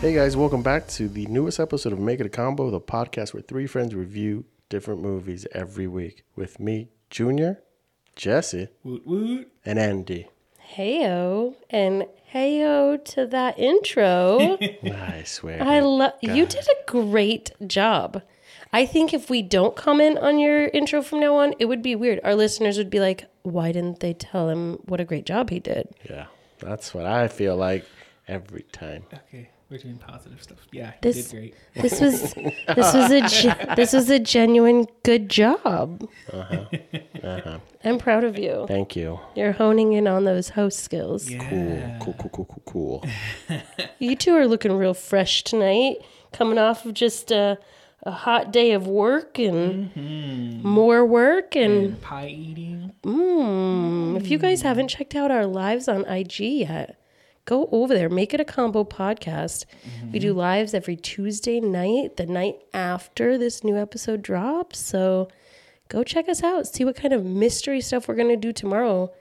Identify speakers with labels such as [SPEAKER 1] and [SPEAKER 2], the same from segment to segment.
[SPEAKER 1] Hey guys, welcome back to the newest episode of Make It a Combo, the podcast where three friends review different movies every week. With me, Junior, Jesse,
[SPEAKER 2] Woot woot.
[SPEAKER 1] and Andy.
[SPEAKER 3] Heyo and heyo to that intro.
[SPEAKER 1] I swear.
[SPEAKER 3] I
[SPEAKER 1] to
[SPEAKER 3] love you
[SPEAKER 1] God.
[SPEAKER 3] did a great job. I think if we don't comment on your intro from now on, it would be weird. Our listeners would be like, "Why didn't they tell him what a great job he did?"
[SPEAKER 1] Yeah, that's what I feel like every time.
[SPEAKER 2] Okay, we're doing positive stuff. Yeah, you
[SPEAKER 3] This-
[SPEAKER 2] did great.
[SPEAKER 3] This was this was a ge- this was a genuine good job. I'm proud of you.
[SPEAKER 1] Thank you.
[SPEAKER 3] You're honing in on those host skills.
[SPEAKER 2] Yeah.
[SPEAKER 1] Cool, cool, cool, cool, cool, cool.
[SPEAKER 3] You two are looking real fresh tonight, coming off of just a, a hot day of work and more work. And
[SPEAKER 2] Pie eating.
[SPEAKER 3] mm, if you guys haven't checked out our lives on IG yet, go over there. Make it a combo podcast. We do lives every Tuesday night, the night after this new episode drops. So go check us out. See what kind of mystery stuff we're going to do tomorrow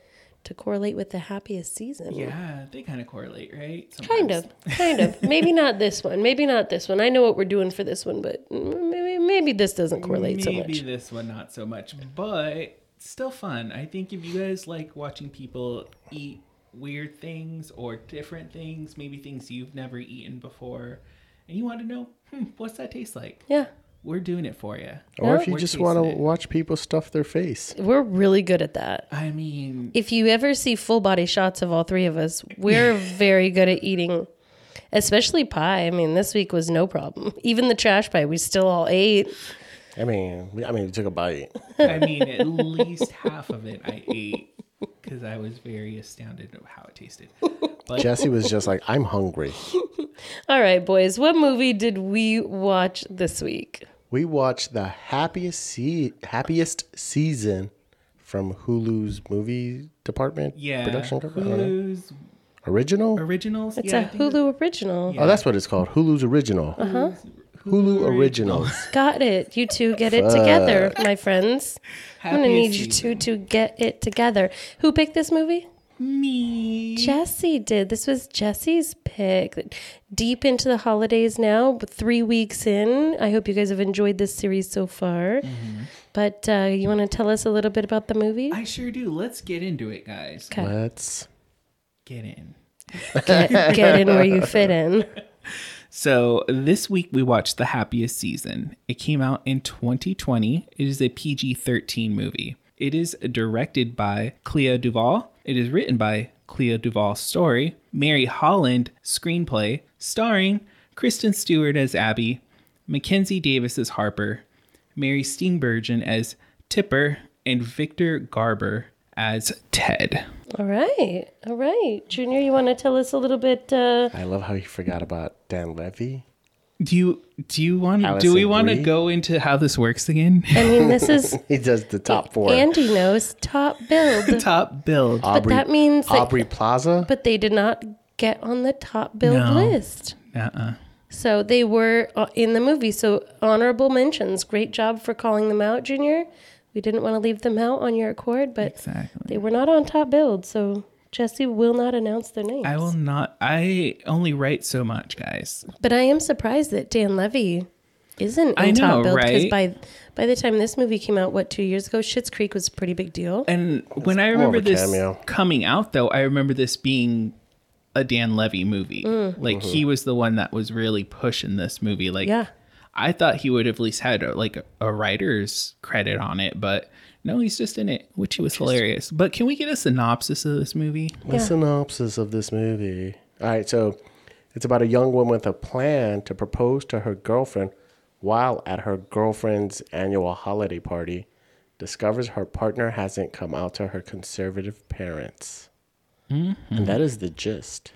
[SPEAKER 3] to correlate with the happiest season.
[SPEAKER 2] Yeah, they kind of correlate, right? Sometimes.
[SPEAKER 3] Kind of, kind of. maybe not this one. Maybe not this one. I know what we're doing for this one, but maybe maybe this doesn't correlate so
[SPEAKER 2] Maybe
[SPEAKER 3] much.
[SPEAKER 2] this one not so much, but still fun. I think if you guys like watching people eat weird things or different things, maybe things you've never eaten before, and you want to know, hmm, what's that taste like?
[SPEAKER 3] Yeah,
[SPEAKER 2] We're doing it for you.
[SPEAKER 1] Or
[SPEAKER 3] No?
[SPEAKER 1] if you
[SPEAKER 2] We're
[SPEAKER 1] just
[SPEAKER 2] chasing
[SPEAKER 1] want to
[SPEAKER 2] it.
[SPEAKER 1] watch people stuff their face.
[SPEAKER 3] we're really good at that.
[SPEAKER 2] I mean,
[SPEAKER 3] If you ever see full body shots of all three of us, we're very good at eating, especially pie. I mean, this week was no problem. Even the trash pie, we still all ate.
[SPEAKER 1] I mean, we- I mean, we took a bite.
[SPEAKER 2] I mean, at least half of it I ate because I was very astounded at how it tasted. But
[SPEAKER 1] Jesse was just like, "I'm hungry."
[SPEAKER 3] All right, boys, what movie did we watch this week?
[SPEAKER 1] We watched the happiest se- happiest season from Hulu's movie department.
[SPEAKER 2] yeah,
[SPEAKER 1] Production department. I don't know.
[SPEAKER 2] Hulu's
[SPEAKER 1] Original.
[SPEAKER 2] originals.
[SPEAKER 3] It's
[SPEAKER 2] yeah, I
[SPEAKER 3] a
[SPEAKER 2] think
[SPEAKER 3] Hulu original.
[SPEAKER 1] Oh, that's what it's called. Hulu's original. Uh-huh. Hulu originals.
[SPEAKER 3] Got it. You two get it together, my friends. I'm gonna need
[SPEAKER 2] Happiest
[SPEAKER 3] you two
[SPEAKER 2] season.
[SPEAKER 3] to get it together. Who picked this movie?
[SPEAKER 2] me.
[SPEAKER 3] Jesse did. This was Jesse's pick. Deep into the holidays now, but three weeks in. I hope you guys have enjoyed this series so far. But uh, you want to tell us a little bit about the movie?
[SPEAKER 2] Mm-hmm. I sure do. Let's get into it, guys.
[SPEAKER 3] Okay.
[SPEAKER 1] Let's.
[SPEAKER 2] Get in.
[SPEAKER 3] Get, get in where you fit in.
[SPEAKER 2] So this week we watched The Happiest Season. It came out in 2020. It is a PG 13 movie. It is directed by Clea Duvall. It is written by Clea Duvall Story, Mary Holland screenplay, starring Kristen Stewart as Abby, Mackenzie Davis as Harper, Mary Steenburgen as Tipper, and Victor Garber as Ted.
[SPEAKER 3] All right. All right. Junior, you want to tell us a little bit? Uh,
[SPEAKER 1] I love how you forgot about Dan Levy.
[SPEAKER 2] Do you do you want to do
[SPEAKER 1] Allison
[SPEAKER 2] we want to
[SPEAKER 1] Brie?
[SPEAKER 2] go into how this works again?
[SPEAKER 3] I mean, this is
[SPEAKER 1] He does the top four.
[SPEAKER 3] Andy knows top build.
[SPEAKER 2] Top build.
[SPEAKER 3] But that means that
[SPEAKER 1] Aubrey Plaza.
[SPEAKER 3] but they did not get on the top build
[SPEAKER 2] No.
[SPEAKER 3] list.
[SPEAKER 2] Uh-uh.
[SPEAKER 3] So they were uh, in the movie. So honorable mentions. Great job for calling them out, Junior. We didn't want to leave them out on your accord, but
[SPEAKER 2] Exactly.
[SPEAKER 3] they were not on top build. So Jesse will not announce their names.
[SPEAKER 2] I will not. I only write so much, guys.
[SPEAKER 3] But I am surprised that Dan Levy isn't in
[SPEAKER 2] I know,
[SPEAKER 3] top build
[SPEAKER 2] right?
[SPEAKER 3] by by the time this movie came out, what two years ago, Schitt's Creek was a pretty big deal.
[SPEAKER 2] And when I
[SPEAKER 1] more of a
[SPEAKER 2] remember this
[SPEAKER 1] cameo.
[SPEAKER 2] coming out, though, I remember this being a Dan Levy movie.
[SPEAKER 3] Mm.
[SPEAKER 2] Like
[SPEAKER 1] Mm-hmm.
[SPEAKER 2] he was the one that was really pushing this movie. Like,
[SPEAKER 3] Yeah.
[SPEAKER 2] I thought he would have at least had a, like a writer's credit on it, but no, he's just in it, which was hilarious. But can we get a synopsis of this movie?
[SPEAKER 1] The synopsis of this movie. All right, so it's about a young woman with a plan to propose to her girlfriend while at her girlfriend's annual holiday party, discovers her partner hasn't come out to her conservative parents. And that is the gist.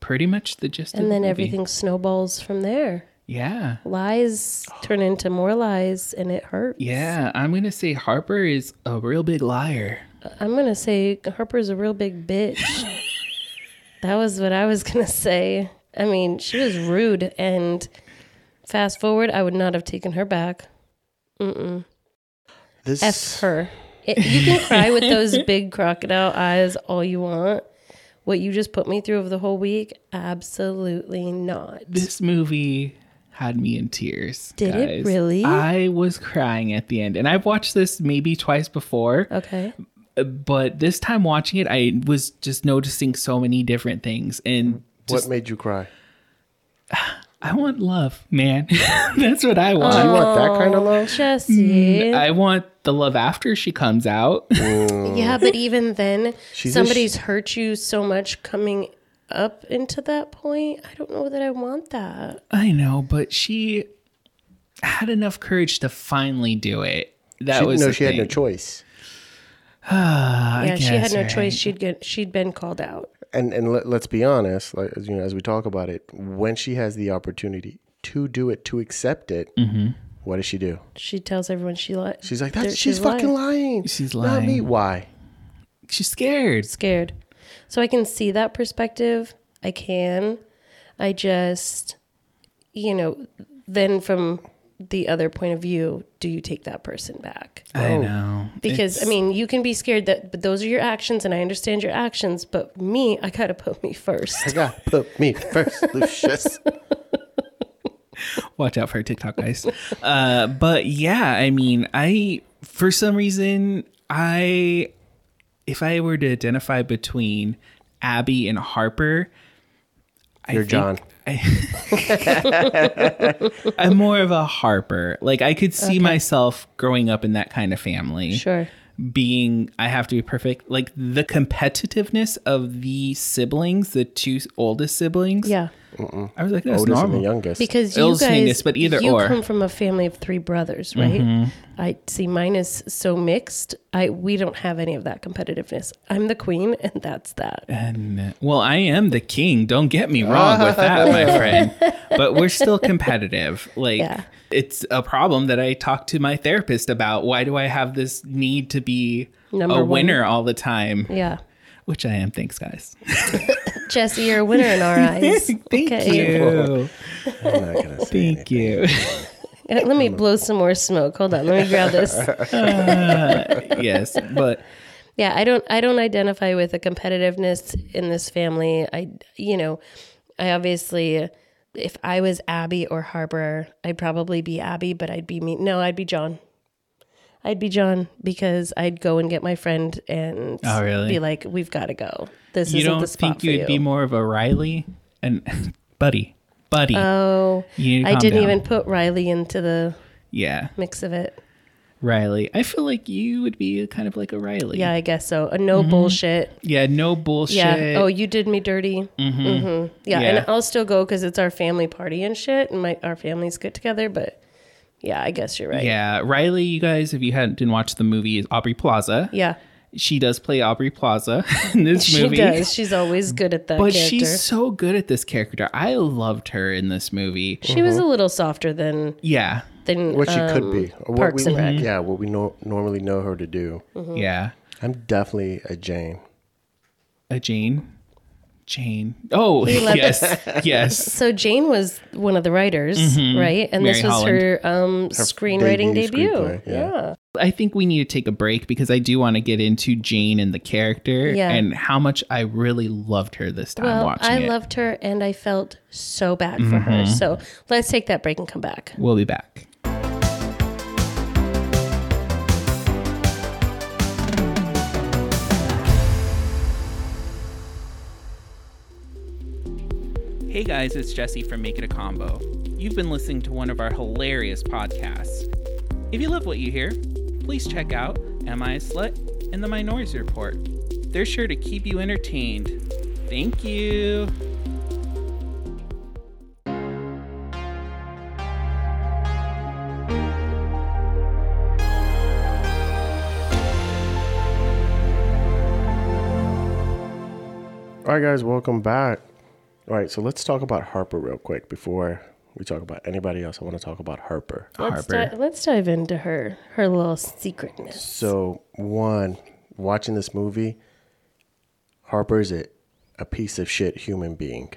[SPEAKER 2] Pretty much the gist. of
[SPEAKER 3] and
[SPEAKER 2] the
[SPEAKER 3] then
[SPEAKER 2] movie.
[SPEAKER 3] everything snowballs from there.
[SPEAKER 2] Yeah.
[SPEAKER 3] Lies turn into more lies and it hurts.
[SPEAKER 2] Oh. Yeah, I'm gonna say Harper is a real big liar.
[SPEAKER 3] I'm gonna say Harper's a real big bitch. that was what I was gonna say. I mean, she was rude, and fast forward, I would not have taken her back.
[SPEAKER 1] This
[SPEAKER 3] F her. It, you can cry with those big crocodile eyes all you want. what you just put me through of the whole week? Absolutely not.
[SPEAKER 2] This movie had me in tears.
[SPEAKER 3] Did it
[SPEAKER 2] guys.
[SPEAKER 3] really?
[SPEAKER 2] I was crying at the end. And I've watched this maybe twice before.
[SPEAKER 3] Okay.
[SPEAKER 2] but this time watching it, I was just noticing so many different things, and just,
[SPEAKER 1] what made you cry?
[SPEAKER 2] I want love, man. That's what I
[SPEAKER 1] Do
[SPEAKER 2] want.
[SPEAKER 1] you want that kind of love? Mm,
[SPEAKER 3] Jesse.
[SPEAKER 2] I want the love after she comes out.
[SPEAKER 3] Yeah, but even then,
[SPEAKER 1] She's a
[SPEAKER 3] somebody's hurt you so much coming up into that point. I don't know that I want that.
[SPEAKER 2] I know, but she had enough courage to finally do it. That
[SPEAKER 1] She,
[SPEAKER 2] was
[SPEAKER 1] no,
[SPEAKER 2] the
[SPEAKER 1] she had no
[SPEAKER 2] thing.
[SPEAKER 1] choice.
[SPEAKER 2] Ah, I
[SPEAKER 3] yeah, she had
[SPEAKER 2] guess,
[SPEAKER 3] no
[SPEAKER 2] right?
[SPEAKER 3] choice. She'd get. She'd been called out.
[SPEAKER 1] And and let, let's be honest, like as you know, as we talk about it, when she has the opportunity to do it, to accept it,
[SPEAKER 2] Mm-hmm.
[SPEAKER 1] what does she do?
[SPEAKER 3] She tells everyone she lied.
[SPEAKER 1] She's like, "That's
[SPEAKER 3] There-
[SPEAKER 1] she's, fucking lying.
[SPEAKER 2] She's
[SPEAKER 1] Not me.
[SPEAKER 2] lying.
[SPEAKER 1] Why?
[SPEAKER 2] She's scared.
[SPEAKER 3] scared. So I can see that perspective. I can. I just, you know, then from the other point of view, do you take that person back?
[SPEAKER 2] I
[SPEAKER 1] Oh.
[SPEAKER 2] know.
[SPEAKER 3] Because I mean, you can be scared that, but those are your actions, and I understand your actions. But me, I gotta put me
[SPEAKER 1] I
[SPEAKER 3] first.
[SPEAKER 1] got put me first, Lucius."
[SPEAKER 2] Watch out for her TikTok, guys. uh, but yeah, I mean, I for some reason I, if I were to identify between Abby and Harper, I
[SPEAKER 1] You're
[SPEAKER 2] think
[SPEAKER 1] John.
[SPEAKER 2] I'm more of a Harper. Like I could see myself growing up in that kind of family.
[SPEAKER 3] Sure.
[SPEAKER 2] Being, I have to be perfect. Like the competitiveness of the siblings, the two oldest siblings.
[SPEAKER 3] Yeah.
[SPEAKER 2] I was like, that's
[SPEAKER 1] Oldest and the
[SPEAKER 2] normal.
[SPEAKER 1] youngest.
[SPEAKER 3] Because you
[SPEAKER 2] Ill's thing
[SPEAKER 3] guys,
[SPEAKER 2] is, but either
[SPEAKER 3] you
[SPEAKER 2] or. Mm-hmm.
[SPEAKER 3] come from a family of three brothers, right? I see mine is so mixed. I we don't have any of that competitiveness. I'm the queen, and that's that.
[SPEAKER 2] And well, I am the king. Don't get me wrong with that, my friend. But we're still competitive. Like
[SPEAKER 3] Yeah.
[SPEAKER 2] it's a problem that I talk to my therapist about. Why do I have this need to be
[SPEAKER 3] Number
[SPEAKER 2] a
[SPEAKER 3] one.
[SPEAKER 2] winner all the time?
[SPEAKER 3] Yeah.
[SPEAKER 2] Which I am. Thanks, guys.
[SPEAKER 3] Jesse, you're a winner in our eyes.
[SPEAKER 2] Thank you.
[SPEAKER 1] I'm not gonna say
[SPEAKER 2] Thank you.
[SPEAKER 3] Uh, Let me blow some more smoke. Hold on. Let me grab this.
[SPEAKER 2] yes, but
[SPEAKER 3] Yeah, I don't I don't identify with the competitiveness in this family. I you know, I obviously if I was Abby or Harper, I'd probably be Abby, but I'd be me. No, I'd be John. I'd be John because I'd go and get my friend and
[SPEAKER 2] Oh, really?
[SPEAKER 3] be like, "We've got to go. This
[SPEAKER 2] you
[SPEAKER 3] isn't
[SPEAKER 2] don't
[SPEAKER 3] the spot
[SPEAKER 2] think you'd
[SPEAKER 3] for
[SPEAKER 2] be
[SPEAKER 3] you."
[SPEAKER 2] more of a Riley and buddy, buddy.
[SPEAKER 3] oh,
[SPEAKER 2] you need to
[SPEAKER 3] I
[SPEAKER 2] calm
[SPEAKER 3] didn't
[SPEAKER 2] down.
[SPEAKER 3] even put Riley into the
[SPEAKER 2] Yeah,
[SPEAKER 3] mix of it.
[SPEAKER 2] Riley. I feel like you would be kind of like a Riley.
[SPEAKER 3] Yeah, I guess so. A
[SPEAKER 2] Mm-hmm.
[SPEAKER 3] no bullshit.
[SPEAKER 2] Yeah. No bullshit.
[SPEAKER 3] Yeah. Oh, you did me dirty. Mm-hmm. Yeah,
[SPEAKER 2] Yeah.
[SPEAKER 3] And I'll still go because it's our family party and shit, and my our families get together. But yeah, I guess you're right.
[SPEAKER 2] Yeah, Riley, you guys, if you hadn't didn't watch the movie, is Aubrey Plaza.
[SPEAKER 3] Yeah,
[SPEAKER 2] She does play Aubrey Plaza in this
[SPEAKER 3] she
[SPEAKER 2] movie.
[SPEAKER 3] does. She's always good at that
[SPEAKER 2] But
[SPEAKER 3] character.
[SPEAKER 2] she's so good at this character. I loved her in this movie.
[SPEAKER 3] She was a little softer than
[SPEAKER 2] Yeah.
[SPEAKER 3] than
[SPEAKER 1] what she
[SPEAKER 3] um,
[SPEAKER 1] could be, or what
[SPEAKER 3] Parks
[SPEAKER 1] we
[SPEAKER 3] and
[SPEAKER 2] Mm-hmm.
[SPEAKER 3] Rec.
[SPEAKER 1] yeah, what we no- normally know her to do.
[SPEAKER 3] Mm-hmm.
[SPEAKER 2] Yeah.
[SPEAKER 1] I'm definitely a Jane.
[SPEAKER 2] A Jane. Jane. Oh,
[SPEAKER 3] let
[SPEAKER 2] yes. yes.
[SPEAKER 3] So Jane was one of the writers, right? And this was
[SPEAKER 2] Mm-hmm. Mary Holland.
[SPEAKER 3] her um screenwriting
[SPEAKER 1] debut
[SPEAKER 3] debut.
[SPEAKER 1] screenplay, yeah.
[SPEAKER 3] yeah.
[SPEAKER 2] I think we need to take a break because I do want to get into Jane and the character
[SPEAKER 3] Yeah.
[SPEAKER 2] and how much I really loved her this time
[SPEAKER 3] Well,
[SPEAKER 2] watching
[SPEAKER 3] I
[SPEAKER 2] it. Mm-hmm.
[SPEAKER 3] loved her and I felt so bad for her. So let's take that break and come back.
[SPEAKER 2] we'll be back. Hey guys, it's Jesse from Make It a Combo. You've been listening to one of our hilarious podcasts. If you love what you hear, please check out Am I a Slut and the Minority Report. They're sure to keep you entertained. Thank you.
[SPEAKER 1] All right, guys, welcome back. All right, so let's talk about Harper real quick before we talk about anybody else. I want to talk about Harper.
[SPEAKER 3] Let's, di- let's dive into her her little secretness.
[SPEAKER 1] So, one, watching this movie, Harper is a, a piece of shit human being.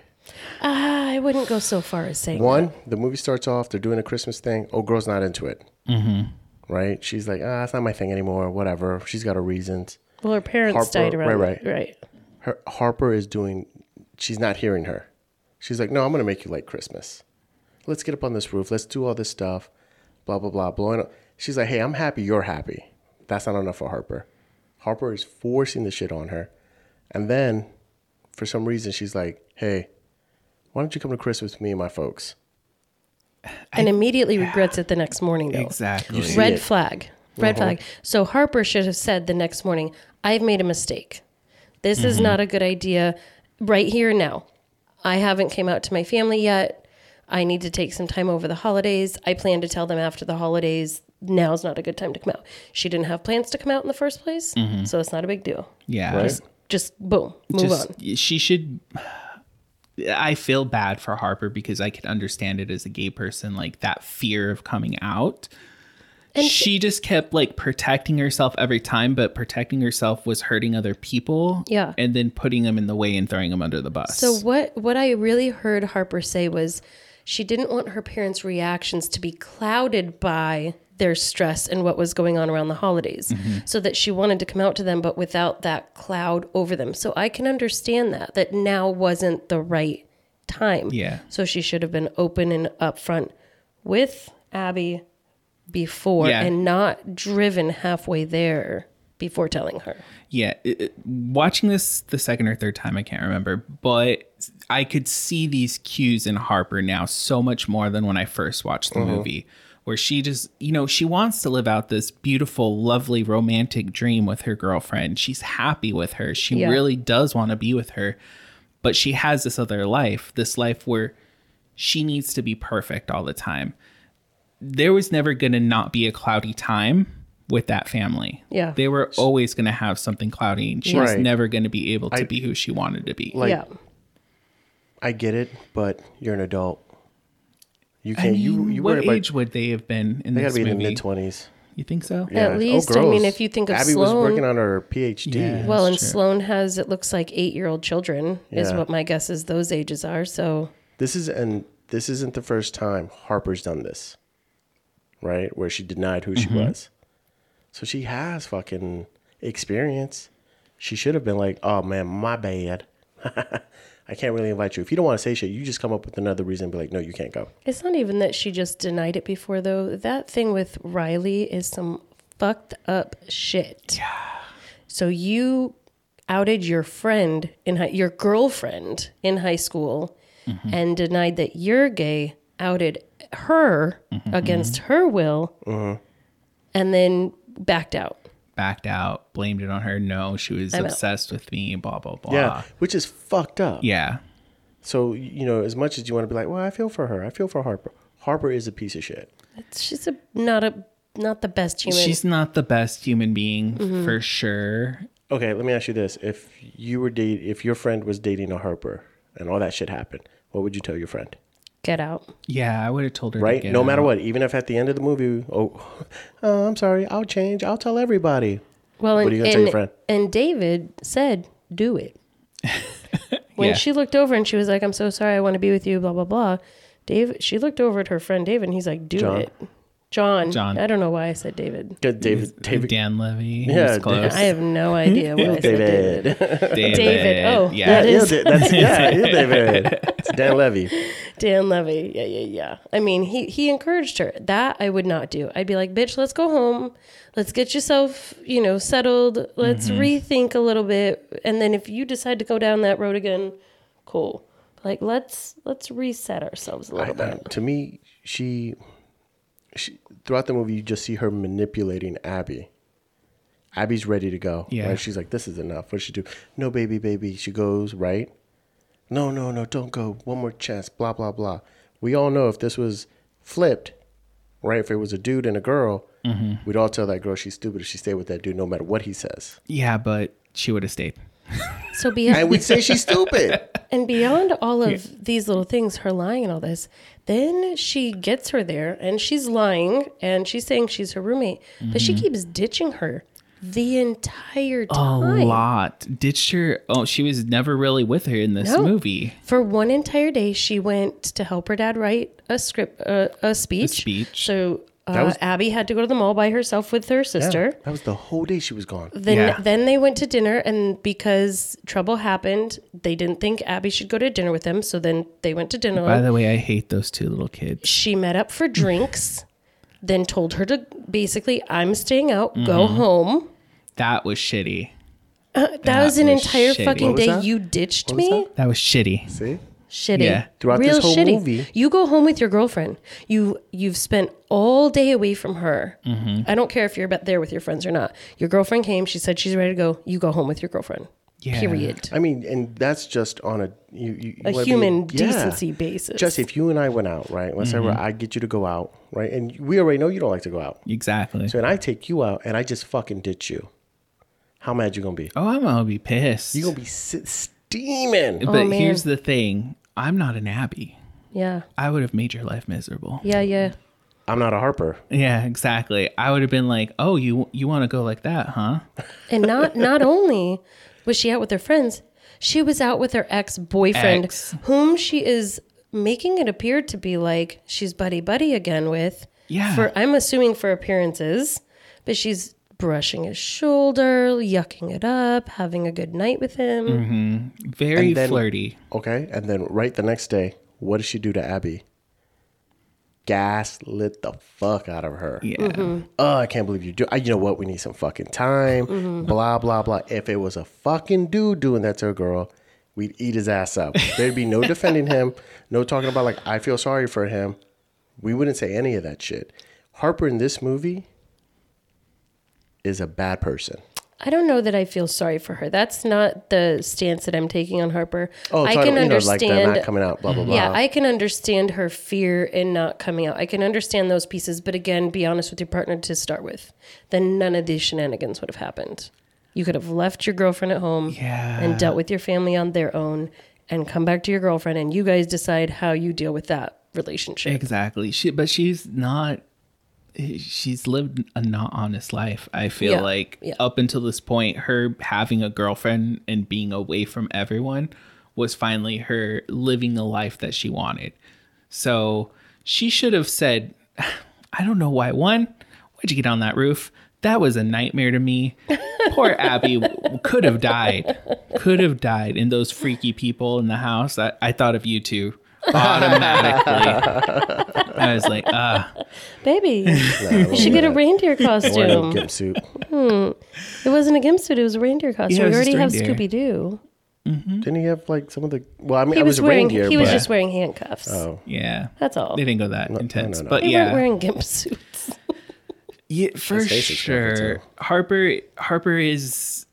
[SPEAKER 3] Ah, I wouldn't go so far as saying
[SPEAKER 1] One, the movie starts off, they're doing a Christmas thing. Oh, girl's not into it. Mm-hmm. Right? She's like, ah, it's not my thing anymore, whatever. She's got her reasons.
[SPEAKER 3] Well, her parents
[SPEAKER 1] Harper-
[SPEAKER 3] died around.
[SPEAKER 1] right,
[SPEAKER 3] right.
[SPEAKER 1] her Harper is doing. She's not hearing her. She's like, no, I'm gonna make you like Christmas. Let's get up on this roof. Let's do all this stuff. Blah blah blah. Blowing up. She's like, hey, I'm happy. You're happy. That's not enough for Harper. Harper is forcing the shit on her, and then, for some reason, she's like, hey, why don't you come to Christmas with me and my folks?
[SPEAKER 3] and immediately regrets it the next morning though.
[SPEAKER 2] Exactly.
[SPEAKER 1] see
[SPEAKER 3] Red
[SPEAKER 1] it.
[SPEAKER 3] flag. Red
[SPEAKER 1] Uh-huh.
[SPEAKER 3] flag. So Harper should have said the next morning, I've made a mistake. This is
[SPEAKER 1] Mm-hmm.
[SPEAKER 3] not a good idea right here and now. I haven't came out to my family yet. I need to take some time over the holidays. I plan to tell them after the holidays. Now's not a good time to come out. She didn't have plans to come out in the first place,
[SPEAKER 1] Mm-hmm.
[SPEAKER 3] so it's not a big deal.
[SPEAKER 2] Yeah.
[SPEAKER 1] Right?
[SPEAKER 2] Just-
[SPEAKER 3] Just boom, move
[SPEAKER 2] just-
[SPEAKER 3] on.
[SPEAKER 2] She should. I feel bad for Harper because I could understand it as a gay person, like that fear of coming out.
[SPEAKER 3] And
[SPEAKER 2] she just kept like protecting herself every time, but protecting herself was hurting other people.
[SPEAKER 3] Yeah.
[SPEAKER 2] And then putting them in the way and throwing them under the bus.
[SPEAKER 3] So what what I really heard Harper say was she didn't want her parents' reactions to be clouded by their stress and what was going on around the holidays.
[SPEAKER 2] Mm-hmm.
[SPEAKER 3] So that she wanted to come out to them but without that cloud over them. So I can understand that that now wasn't the right time.
[SPEAKER 2] Yeah.
[SPEAKER 3] So she should have been open and upfront with Abby before
[SPEAKER 2] Yeah.
[SPEAKER 3] and not driven halfway there before telling her.
[SPEAKER 2] Yeah, it, it- watching this the second or third time, I can't remember, but I could see these cues in Harper now so much more than when I first watched the movie, where she just, you know, she wants to live out this beautiful, lovely, romantic dream with her girlfriend. She's happy with her. She
[SPEAKER 3] Yeah.
[SPEAKER 2] really does want to be with her, but she has this other life, this life where she needs to be perfect all the time. There was never going to not be a cloudy time with that family.
[SPEAKER 3] Yeah.
[SPEAKER 2] They were always going to have something cloudy and she was
[SPEAKER 1] Right.
[SPEAKER 2] never going to be able to
[SPEAKER 1] I-
[SPEAKER 2] be who she wanted to be.
[SPEAKER 1] Like,
[SPEAKER 3] yeah.
[SPEAKER 1] I get it, but you're an adult. You can't. you you
[SPEAKER 2] what
[SPEAKER 1] worry about.
[SPEAKER 2] age would they have been in
[SPEAKER 1] They
[SPEAKER 2] this
[SPEAKER 1] gotta be in the
[SPEAKER 2] movie?
[SPEAKER 1] mid twenties.
[SPEAKER 2] you think so?
[SPEAKER 3] At least, I mean, if you think of
[SPEAKER 1] Abby was
[SPEAKER 3] Sloane-
[SPEAKER 1] working on her PhD.
[SPEAKER 2] Yeah.
[SPEAKER 3] Well,
[SPEAKER 2] That's
[SPEAKER 3] and
[SPEAKER 2] true.
[SPEAKER 3] Sloan has, it looks like eight year old children, is
[SPEAKER 1] Yeah.
[SPEAKER 3] what my guess is those ages are. So,
[SPEAKER 1] This is and this isn't the first time Harper's done this, right? Where she denied who she
[SPEAKER 2] Mm-hmm.
[SPEAKER 1] was. So she has fucking experience. She should have been like, "Oh man, my bad. I can't really invite you. If you don't want to say shit, you just come up with another reason. and Be like, no, you can't go.
[SPEAKER 2] Ah.
[SPEAKER 3] it's not even that she just denied it before, though. That thing with Riley is some fucked up shit. Yeah. So, you outed your friend in high, your girlfriend in high school
[SPEAKER 2] Mm-hmm.
[SPEAKER 3] and denied that you're gay, outed her
[SPEAKER 2] Mm-hmm,
[SPEAKER 3] against her will, and then backed out.
[SPEAKER 2] Backed out, blamed it on her. No, she was
[SPEAKER 3] I'm out.
[SPEAKER 2] obsessed with me, blah, blah, blah.
[SPEAKER 1] Yeah, which is fucked up.
[SPEAKER 2] Yeah.
[SPEAKER 1] So you know, as much as you want to be like, well, I feel for her. I feel for Harper. Harper is a piece of shit.
[SPEAKER 3] She's a, not a, not the best human.
[SPEAKER 2] She's not the best human being for sure.
[SPEAKER 1] Okay, let me ask you this: If you were date, if your friend was dating a Harper, and all that shit happened, what would you tell your friend?
[SPEAKER 3] Get out.
[SPEAKER 2] Yeah, I would have told her. to
[SPEAKER 1] Right?
[SPEAKER 2] get
[SPEAKER 1] No matter
[SPEAKER 2] out.
[SPEAKER 1] what, even if at the end of the movie, oh, oh I'm sorry, I'll change. I'll tell everybody.
[SPEAKER 3] Well,
[SPEAKER 1] What
[SPEAKER 3] and,
[SPEAKER 1] are you gonna tell your
[SPEAKER 3] and-
[SPEAKER 1] friend?
[SPEAKER 3] And David said, "Do it." when
[SPEAKER 2] Yeah.
[SPEAKER 3] she looked over and she was like, "I'm so sorry, I want to be with you." Blah blah blah. Dave, she looked over at her friend David, and he's like, "Do
[SPEAKER 1] John.
[SPEAKER 3] it, John."
[SPEAKER 2] John.
[SPEAKER 3] I don't know why I said David.
[SPEAKER 1] Good, David. David.
[SPEAKER 2] Dan Levy.
[SPEAKER 1] Yeah,
[SPEAKER 2] Yeah,
[SPEAKER 1] Dan-
[SPEAKER 2] close.
[SPEAKER 3] I have no idea why I said David.
[SPEAKER 1] David.
[SPEAKER 2] David.
[SPEAKER 3] David, oh,
[SPEAKER 2] yeah.
[SPEAKER 3] that
[SPEAKER 1] Yeah,
[SPEAKER 3] is-
[SPEAKER 1] Da- that's yeah, yeah, David. It's Dan Levy.
[SPEAKER 3] Dan Levy. Yeah, yeah, yeah. I mean, he he encouraged her. That I would not do. I'd be like, "Bitch, let's go home. Let's get yourself, you know, settled. Let's rethink a little bit. And then if you decide to go down that road again, cool. Like, let's let's reset ourselves a
[SPEAKER 1] I-
[SPEAKER 3] little
[SPEAKER 1] I-
[SPEAKER 3] bit."
[SPEAKER 1] um, to me, she, she throughout the movie, you just see her manipulating Abby. Abby's ready to go.
[SPEAKER 2] Yeah.
[SPEAKER 1] right? She's like, "This is enough." What does she do? No, baby, baby. She goes right. No, no, no. Don't go. One more chance. Blah blah blah. We all know if this was flipped, right? If it was a dude and a girl, we'd all tell that girl she's stupid if she stayed with that dude, no matter what he says.
[SPEAKER 2] Yeah, but she would have stayed.
[SPEAKER 3] So beyond
[SPEAKER 1] And we'd say she's stupid.
[SPEAKER 3] and beyond all of these little things, her lying and all this, then she gets her there, and she's lying, and she's saying she's her roommate, but she keeps ditching her the entire
[SPEAKER 2] A
[SPEAKER 3] time.
[SPEAKER 2] lot. Ditched her. Oh, she was never really with her in this
[SPEAKER 3] No.
[SPEAKER 2] movie.
[SPEAKER 3] For one entire day, she went to help her dad write a script, uh, a speech.
[SPEAKER 2] speech.
[SPEAKER 3] So Uh,
[SPEAKER 1] was-
[SPEAKER 3] Abby had to go to the mall by herself with her
[SPEAKER 1] Yeah,
[SPEAKER 3] sister.
[SPEAKER 1] that was the whole day she was gone.
[SPEAKER 3] Then
[SPEAKER 2] Yeah.
[SPEAKER 3] then they went to dinner and because trouble happened, they didn't think Abby should go to dinner with them, so then they went to dinner.
[SPEAKER 2] By the way, I hate those two little kids.
[SPEAKER 3] she met up for drinks, then told her to basically I'm staying out, go
[SPEAKER 1] Mm-hmm.
[SPEAKER 3] home.
[SPEAKER 2] That was shitty.
[SPEAKER 3] That, was an
[SPEAKER 2] was
[SPEAKER 3] entire
[SPEAKER 2] shitty.
[SPEAKER 3] fucking
[SPEAKER 1] What was
[SPEAKER 3] day
[SPEAKER 1] that?
[SPEAKER 3] you ditched
[SPEAKER 1] was
[SPEAKER 3] me.
[SPEAKER 1] that?
[SPEAKER 2] That was shitty.
[SPEAKER 1] See?
[SPEAKER 3] Shitty.
[SPEAKER 2] Yeah.
[SPEAKER 1] Throughout this
[SPEAKER 3] Real
[SPEAKER 1] whole
[SPEAKER 3] shitty.
[SPEAKER 1] movie-
[SPEAKER 3] You go home with your girlfriend. You you've spent all day away from her.
[SPEAKER 1] Mm-hmm.
[SPEAKER 3] I don't care if you're about there with your friends or not. Your girlfriend came, she said she's ready to go. You go home with your girlfriend.
[SPEAKER 2] Yeah.
[SPEAKER 3] Period.
[SPEAKER 1] I mean, and that's just on a you, you,
[SPEAKER 3] A
[SPEAKER 1] what I
[SPEAKER 3] human
[SPEAKER 1] mean, yeah.
[SPEAKER 3] decency basis.
[SPEAKER 1] Just if you and I went out, right? Let's say I get you to go out, right? And we already know you don't like to go out.
[SPEAKER 2] Exactly.
[SPEAKER 1] So and I take you out, and I just fucking ditch you. How mad you gonna be?
[SPEAKER 2] Oh, I'm gonna be pissed.
[SPEAKER 1] You gonna be sit steaming?
[SPEAKER 2] but
[SPEAKER 3] Oh, man.
[SPEAKER 2] here's the thing: I'm not an Abby.
[SPEAKER 3] yeah.
[SPEAKER 2] I would have made your life miserable.
[SPEAKER 3] Yeah, yeah.
[SPEAKER 1] I'm not a Harper.
[SPEAKER 2] Yeah, exactly. I would have been like, "Oh, you you want to go like that, huh?"
[SPEAKER 3] And not not only was she out with her friends, she was out with her ex-boyfriend
[SPEAKER 2] Ex.
[SPEAKER 3] whom she is making it appear to be like she's buddy buddy again with.
[SPEAKER 2] Yeah.
[SPEAKER 3] For I'm assuming for appearances, but she's brushing his shoulder, yucking it up, having a good night with him.
[SPEAKER 2] Mm-hmm. Very
[SPEAKER 1] And then-
[SPEAKER 2] flirty.
[SPEAKER 1] Okay, and then right the next day, what does she do to Abby? Gas lit the fuck out of her.
[SPEAKER 2] Yeah.
[SPEAKER 3] Mm-hmm.
[SPEAKER 1] Oh, I can't believe you do. I, you know what? We need some fucking time.
[SPEAKER 3] Mm-hmm.
[SPEAKER 1] Blah blah blah. If it was a fucking dude doing that to a girl, we'd eat his ass up. There'd be no defending him. No talking about like I feel sorry for him. We wouldn't say any of that shit. Harper in this movie is a bad person.
[SPEAKER 3] I don't know that I feel sorry for her. That's not the stance that I'm taking on Harper.
[SPEAKER 1] Oh,
[SPEAKER 3] I
[SPEAKER 1] talking,
[SPEAKER 3] can
[SPEAKER 1] you know, like they're
[SPEAKER 3] understand.
[SPEAKER 1] not coming out. Blah blah blah.
[SPEAKER 3] yeah, I can understand her fear in not coming out. I can understand those pieces, but again, be honest with your partner to start with. Then none of these shenanigans would have happened. You could have left your girlfriend at home
[SPEAKER 2] Yeah.
[SPEAKER 3] and dealt with your family on their own and come back to your girlfriend and you guys decide how you deal with that relationship.
[SPEAKER 2] Exactly. She, but she's not. She's lived a not honest life. I feel
[SPEAKER 3] Yeah,
[SPEAKER 2] like
[SPEAKER 3] yeah.
[SPEAKER 2] up until this point, her having a girlfriend and being away from everyone was finally her living the life that she wanted. So she should have said, "I don't know why. One, why'd you get on that roof? That was a nightmare to me. Poor Abby w- could have died. Could have died. And those freaky people in the house. I, I thought of you two automatically." I was like, ah,
[SPEAKER 3] Baby, you should get a reindeer costume.
[SPEAKER 1] Gimp suit.
[SPEAKER 3] It wasn't a gimp suit, it was a reindeer costume.
[SPEAKER 2] Yeah, it
[SPEAKER 3] we
[SPEAKER 2] was
[SPEAKER 3] already
[SPEAKER 2] just
[SPEAKER 3] have
[SPEAKER 2] reindeer.
[SPEAKER 3] Scooby Doo.
[SPEAKER 1] Didn't he have like some of the? Well, I mean,
[SPEAKER 3] He
[SPEAKER 1] I
[SPEAKER 3] was,
[SPEAKER 1] was, a
[SPEAKER 3] wearing
[SPEAKER 1] reindeer.
[SPEAKER 3] he was
[SPEAKER 1] but-
[SPEAKER 3] just wearing handcuffs.
[SPEAKER 1] Oh.
[SPEAKER 2] yeah.
[SPEAKER 3] That's all.
[SPEAKER 2] They didn't go that intense,
[SPEAKER 1] no.
[SPEAKER 2] but
[SPEAKER 3] They weren't
[SPEAKER 2] yeah,
[SPEAKER 3] wearing gimp suits.
[SPEAKER 2] yeah, for
[SPEAKER 1] His face is crooked,
[SPEAKER 2] sure.
[SPEAKER 1] too.
[SPEAKER 2] Harper, Harper is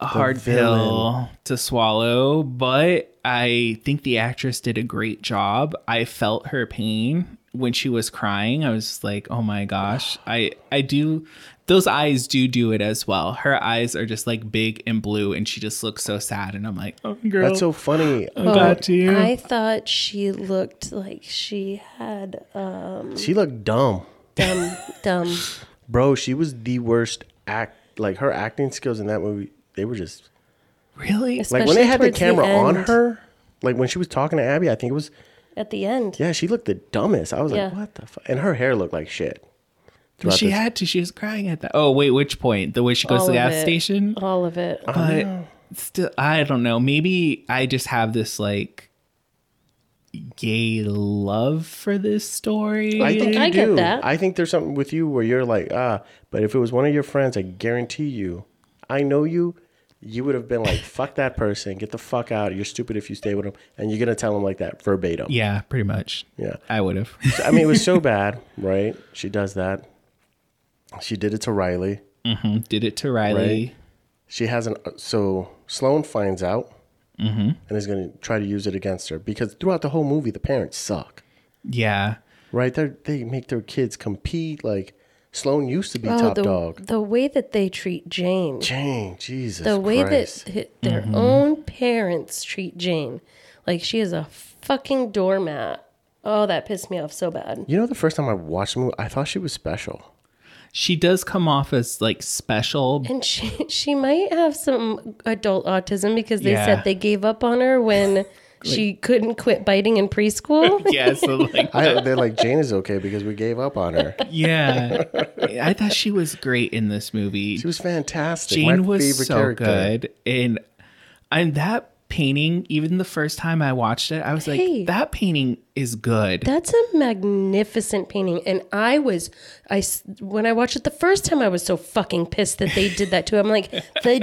[SPEAKER 2] a hard pill
[SPEAKER 1] villain.
[SPEAKER 2] to swallow, but I think the actress did a great job. I felt her pain when she was crying. I was just like, oh my gosh, I, I do. Those eyes do do it as well. Her eyes are just like big and blue, and she just looks so sad. And I'm like, oh girl,
[SPEAKER 1] That's so funny.
[SPEAKER 3] Oh.
[SPEAKER 2] I'm glad to you.
[SPEAKER 3] I thought she looked like she had um
[SPEAKER 1] She looked dumb,
[SPEAKER 3] dumb dumb
[SPEAKER 1] bro. She was the worst act. Like her acting skills in that movie, they were just
[SPEAKER 2] really?
[SPEAKER 1] like when they had the
[SPEAKER 3] Especially towards
[SPEAKER 1] camera
[SPEAKER 3] the
[SPEAKER 1] on
[SPEAKER 3] end.
[SPEAKER 1] her. Like when she was talking to Abby, I think it was
[SPEAKER 3] at the end.
[SPEAKER 1] yeah. She looked the dumbest. I was
[SPEAKER 3] Yeah.
[SPEAKER 1] like, what the fuck? And her hair looked like shit.
[SPEAKER 2] Well,
[SPEAKER 1] throughout
[SPEAKER 2] she
[SPEAKER 1] this.
[SPEAKER 2] had to. She was crying at that. Oh wait, which point? The way she goes
[SPEAKER 3] All
[SPEAKER 2] to the
[SPEAKER 3] of
[SPEAKER 2] gas
[SPEAKER 3] it.
[SPEAKER 2] station.
[SPEAKER 3] All of it.
[SPEAKER 2] But still, I don't know. Maybe I just have this like gay love for this story.
[SPEAKER 1] I think you
[SPEAKER 3] I get
[SPEAKER 1] do.
[SPEAKER 3] that.
[SPEAKER 1] I think there's something with you where you're like, ah. But if it was one of your friends, I guarantee you, I know you. You would have been like, fuck that person, get the fuck out. You're stupid if you stay with him, and you're gonna tell him like that verbatim.
[SPEAKER 2] yeah, pretty much.
[SPEAKER 1] Yeah.
[SPEAKER 2] I would have.
[SPEAKER 1] I mean, it was so bad, right? She does that. She did it to Riley.
[SPEAKER 2] Mm-hmm. Did it to Riley.
[SPEAKER 1] Right. She has an uh, so Sloan finds out
[SPEAKER 3] Mm-hmm.
[SPEAKER 1] and is going to try to use it against her because throughout the whole movie, the parents suck,
[SPEAKER 2] Yeah.
[SPEAKER 1] right? They they make their kids compete. Like Sloan used to be top
[SPEAKER 3] Oh, the,
[SPEAKER 1] dog.
[SPEAKER 3] the way that they treat Jane.
[SPEAKER 1] Jane, Jesus,
[SPEAKER 3] the way
[SPEAKER 1] Christ.
[SPEAKER 3] that hi- their
[SPEAKER 2] Mm-hmm.
[SPEAKER 3] own parents treat Jane. Like she is a fucking doormat. Oh, that pissed me off so bad.
[SPEAKER 1] you know, the first time I watched the movie, I thought she was special.
[SPEAKER 2] She does come off as like special.
[SPEAKER 3] And she she might have some adult autism because they
[SPEAKER 2] Yeah.
[SPEAKER 3] said they gave up on her when she couldn't quit biting in preschool.
[SPEAKER 2] yeah, so like,
[SPEAKER 1] I, they're like Jane is okay because we gave up on her.
[SPEAKER 2] yeah, I thought she was great in this movie.
[SPEAKER 1] She was fantastic. My
[SPEAKER 2] Jane was
[SPEAKER 1] favorite
[SPEAKER 2] so
[SPEAKER 1] character.
[SPEAKER 2] good, and and that painting. Even the first time I watched it, I was
[SPEAKER 3] Hey.
[SPEAKER 2] like, that painting is good.
[SPEAKER 3] That's a magnificent painting, and I was, I s- when I watched it the first time, I was so fucking pissed that they did that too. I'm like, the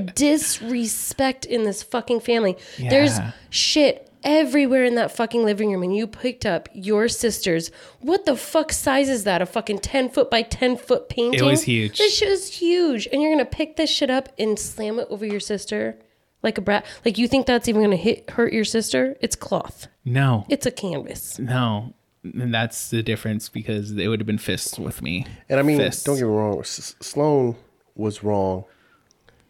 [SPEAKER 3] disrespect in this fucking family. There's
[SPEAKER 2] Yeah.
[SPEAKER 3] shit everywhere in that fucking living room, and you picked up your sister's. What the fuck size is that? A fucking ten foot by ten foot painting.
[SPEAKER 2] was huge.
[SPEAKER 3] This shit is huge, and you're gonna pick this shit up and slam it over your sister like a brat. Like you think that's even gonna hit hurt your sister? It's cloth.
[SPEAKER 2] no,
[SPEAKER 3] It's a canvas.
[SPEAKER 2] no, and that's the difference because it would have been fists with me.
[SPEAKER 1] And I mean,
[SPEAKER 2] Fists.
[SPEAKER 1] don't get me wrong. S- Sloan was wrong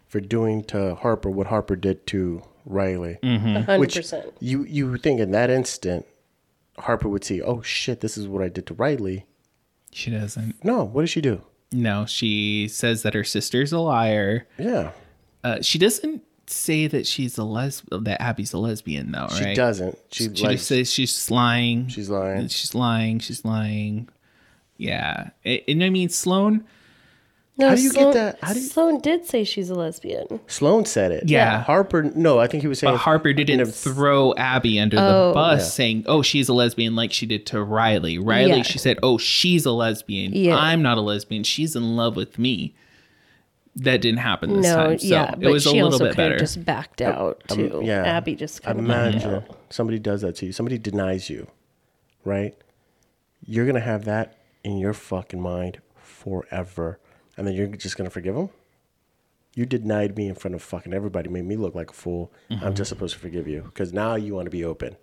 [SPEAKER 1] for doing to Harper what Harper did to Riley.
[SPEAKER 2] Mm-hmm. Mm.
[SPEAKER 3] hundred
[SPEAKER 1] Which
[SPEAKER 3] percent.
[SPEAKER 1] you you would think in that instant Harper would see, oh shit, this is what I did to Riley.
[SPEAKER 2] She doesn't.
[SPEAKER 1] No, what did she do?
[SPEAKER 2] No, she says that her sister's a liar.
[SPEAKER 1] Yeah,
[SPEAKER 2] Uh, she doesn't say that she's a les that Abby's a lesbian though,
[SPEAKER 1] she
[SPEAKER 2] right?
[SPEAKER 1] doesn't. She,
[SPEAKER 2] She
[SPEAKER 1] like,
[SPEAKER 2] just says she's lying.
[SPEAKER 1] She's lying.
[SPEAKER 2] She's lying. She's lying. Yeah, A- and I mean Sloan.
[SPEAKER 3] No,
[SPEAKER 1] How do you get
[SPEAKER 3] Sloan,
[SPEAKER 1] that- how do you-
[SPEAKER 3] Sloan did say she's a lesbian.
[SPEAKER 1] Sloan said it.
[SPEAKER 2] Yeah.
[SPEAKER 1] Harper. No, I think he was saying
[SPEAKER 2] But Harper didn't
[SPEAKER 1] in a-
[SPEAKER 2] throw Abby under the bus saying, oh, she's a lesbian, like she did to Riley. Riley,
[SPEAKER 3] Yeah.
[SPEAKER 2] she said, oh, she's a lesbian.
[SPEAKER 3] Yeah.
[SPEAKER 2] I'm not a lesbian. She's in love with me. That didn't happen this
[SPEAKER 3] no,
[SPEAKER 2] time. So
[SPEAKER 3] yeah,
[SPEAKER 2] it
[SPEAKER 3] but
[SPEAKER 2] was a
[SPEAKER 3] she
[SPEAKER 2] little
[SPEAKER 3] also
[SPEAKER 2] bit
[SPEAKER 3] kind
[SPEAKER 2] better.
[SPEAKER 3] of just backed out too.
[SPEAKER 1] yeah.
[SPEAKER 3] Abby just kind of
[SPEAKER 1] Imagine somebody does that to you. Somebody denies you, right? You're gonna have that in your fucking mind forever, and then you're just gonna forgive them. You denied me in front of fucking everybody, made me look like a fool. I'm just supposed to forgive you because now you want to be open.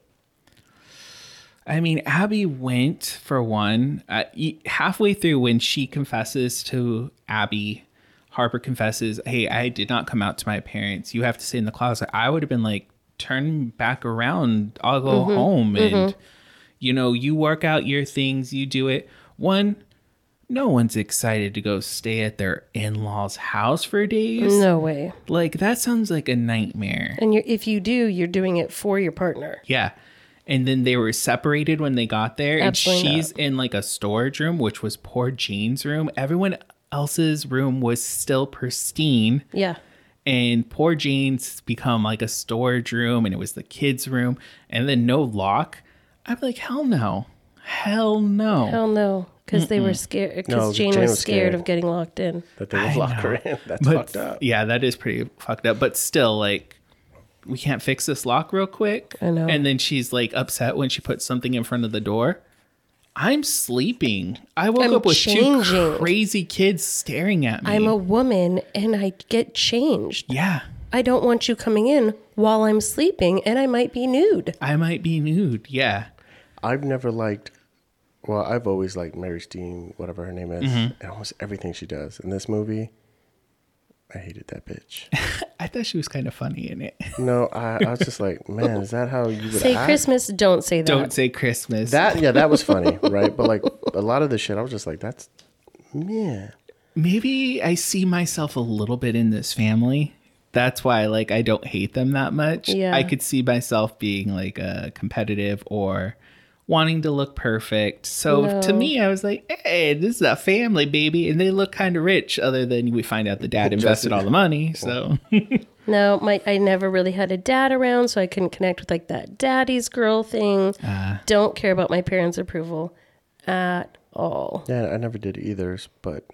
[SPEAKER 2] I mean, Abby went for one. Uh, e- halfway through, when she confesses to Abby, Harper confesses, Hey, I did not come out to my parents. You have to stay in the closet. I would have been like, Turn back around. I'll go home. And, you know, you work out your things, you do it. One, no one's excited to go stay at their in law's house for days.
[SPEAKER 3] No way.
[SPEAKER 2] Like, that sounds like a nightmare.
[SPEAKER 3] And you're, if you do, you're doing it for your partner.
[SPEAKER 2] Yeah. And then they were separated when they got there.
[SPEAKER 3] Absolutely
[SPEAKER 2] and she's in like a storage room, which was poor Jane's room. Everyone else's room was still pristine.
[SPEAKER 3] Yeah.
[SPEAKER 2] And poor Jane's become like a storage room and it was the kids' room. And then no lock. I'm like, hell no. Hell no.
[SPEAKER 3] Hell no, because they were scared. Because
[SPEAKER 1] No,
[SPEAKER 3] Jane,
[SPEAKER 1] Jane
[SPEAKER 3] was,
[SPEAKER 1] was
[SPEAKER 3] scared
[SPEAKER 1] scared.
[SPEAKER 3] of getting locked in.
[SPEAKER 1] That they would lock her in. That's
[SPEAKER 2] But-
[SPEAKER 1] fucked up.
[SPEAKER 2] Yeah, that is pretty fucked up. But still, like, we can't fix this lock real quick.
[SPEAKER 3] I know.
[SPEAKER 2] And then she's like upset when she puts something in front of the door. I'm sleeping. I woke
[SPEAKER 3] I'm
[SPEAKER 2] up with
[SPEAKER 3] changing.
[SPEAKER 2] two crazy kids staring at me.
[SPEAKER 3] I'm a woman, and I get changed.
[SPEAKER 2] yeah.
[SPEAKER 3] I don't want you coming in while I'm sleeping, and I might be nude.
[SPEAKER 2] I might be nude. Yeah.
[SPEAKER 1] I've never liked. Well, I've always liked Mary Steen, whatever her name is, and almost everything she does in this movie. I hated that bitch.
[SPEAKER 2] I thought she was kind of funny in it.
[SPEAKER 1] no, I, I was just like, man, is that how you would
[SPEAKER 3] Say
[SPEAKER 1] act?
[SPEAKER 3] Christmas, don't say that.
[SPEAKER 2] Don't say Christmas.
[SPEAKER 1] That yeah, that was funny, right? But like a lot of the shit, I was just like, that's man.
[SPEAKER 2] Maybe I see myself a little bit in this family. That's why like I don't hate them that much.
[SPEAKER 3] Yeah.
[SPEAKER 2] I could see myself being like a competitive or wanting to look perfect. So to
[SPEAKER 3] No.
[SPEAKER 2] me I was like, "Hey, this is a family, baby." And they look kind of rich other than we find out the dad invested all the money. So
[SPEAKER 3] No, my I never really had a dad around, so I couldn't connect with like that daddy's girl thing.
[SPEAKER 1] Uh.
[SPEAKER 3] Don't care about my parents' approval at all.
[SPEAKER 1] Yeah, I never did either, but